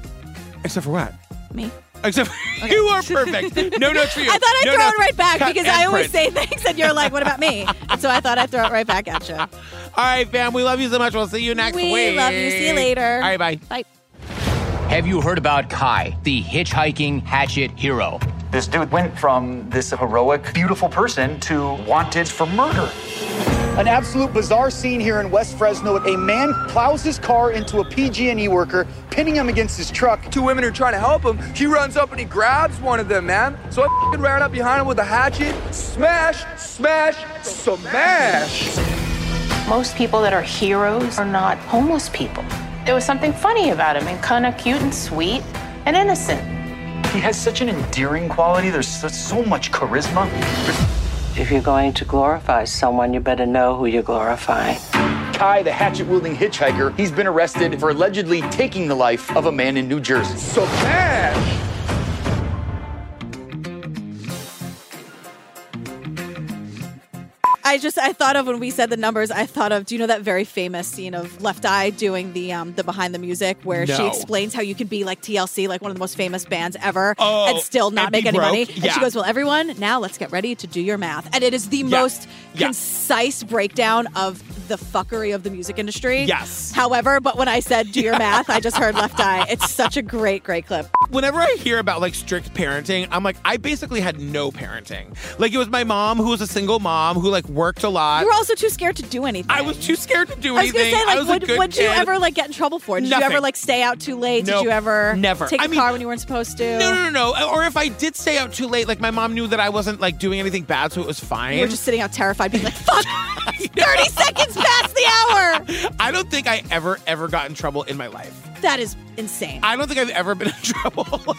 B: Except for what?
A: me.
B: Except [laughs] for you are
A: [laughs]
B: perfect. No notes for you.
A: I thought I'd
B: No
A: throw
B: notes.
A: it right back
B: Cut
A: because
B: and
A: I always
B: print.
A: say things and you're like, what about me?
B: [laughs]
A: And so I thought I'd throw it right back at you.
B: All right, fam. We love you so much. We'll see you next
A: We
B: week.
A: love you. See you later.
B: All right, bye.
A: Bye.
L: Have you heard about Kai, the hitchhiking hatchet hero? This dude went from this heroic, beautiful person to wanted for murder. An absolute bizarre scene here in West Fresno. A man plows his car into a PG&E worker, pinning him against his truck.
M: Two women are trying to help him. He runs up and he grabs one of them, man. So I f***ing ran up behind him with a hatchet. Smash, smash, smash.
N: Most people that are heroes are not homeless people. There was something funny about him and kind of cute and sweet and innocent.
L: He has such an endearing quality. There's so, so much charisma.
O: If you're going to glorify someone, you better know who you're glorifying.
L: Kai, the hatchet wielding hitchhiker, he's been arrested for allegedly taking the life of a man in New Jersey.
M: So bad!
A: I just I thought of when we said the numbers. I thought of do you know that very famous scene of Left Eye doing the um the behind the music where
B: No.
A: she explains how you could be like TLC, like one of the most famous bands ever,
B: Oh,
A: and still not
B: and
A: make
B: be
A: any
B: broke?
A: money. And
B: Yeah.
A: she goes, "Well, everyone, now let's get ready to do your math." And it is the
B: Yeah.
A: most
B: Yeah.
A: concise breakdown of the fuckery of the music industry.
B: Yes.
A: However, but when I said do your math, I
B: [laughs]
A: just heard Left Eye. It's such a great, great clip.
B: Whenever I hear about like strict parenting, I'm like, I basically had no parenting. Like it was my mom who was a single mom who like worked a lot.
A: You were also too scared to do anything.
B: I was too scared to do
A: I was
B: anything.
A: gonna say, like,
B: was a
A: would,
B: good
A: would you
B: kid.
A: ever like get in trouble for? it? Did you
B: Nothing.
A: ever like stay out too late?
B: Nope.
A: Did you ever
B: Never.
A: take
B: I
A: the
B: mean-
A: car when you weren't supposed to?
B: No, no, no, no. Or if I did stay out too late, like my mom knew that I wasn't like doing anything bad, so it was fine.
A: You were just sitting out terrified,
B: [laughs]
A: being like, "Fuck, thirty seconds past the hour."
B: I don't think I ever, ever got in trouble in my life.
A: That is
B: [laughs]
A: insane.
B: I don't think I've ever been in trouble.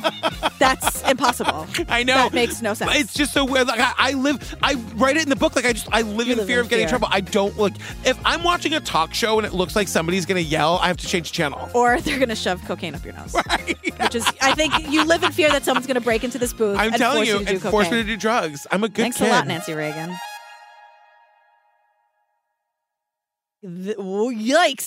A: That's impossible.
B: I know.
A: That makes no sense.
B: It's just so weird. Like I, I live, I write it in the book. Like I just, I live in
A: live
B: fear
A: in
B: of getting in
A: fear.
B: trouble. I don't look. If I'm watching a talk show and it looks like somebody's gonna yell, I have to change channel.
A: Or they're gonna shove cocaine up your nose, which is, I think, you live in fear that someone's gonna break into this booth.
B: I'm
A: and
B: telling
A: force
B: you,
A: to do
B: and
A: cocaine.
B: force me to do drugs. I'm a good
A: Thanks
B: kid.
A: a lot, Nancy Reagan. Th- oh, yikes.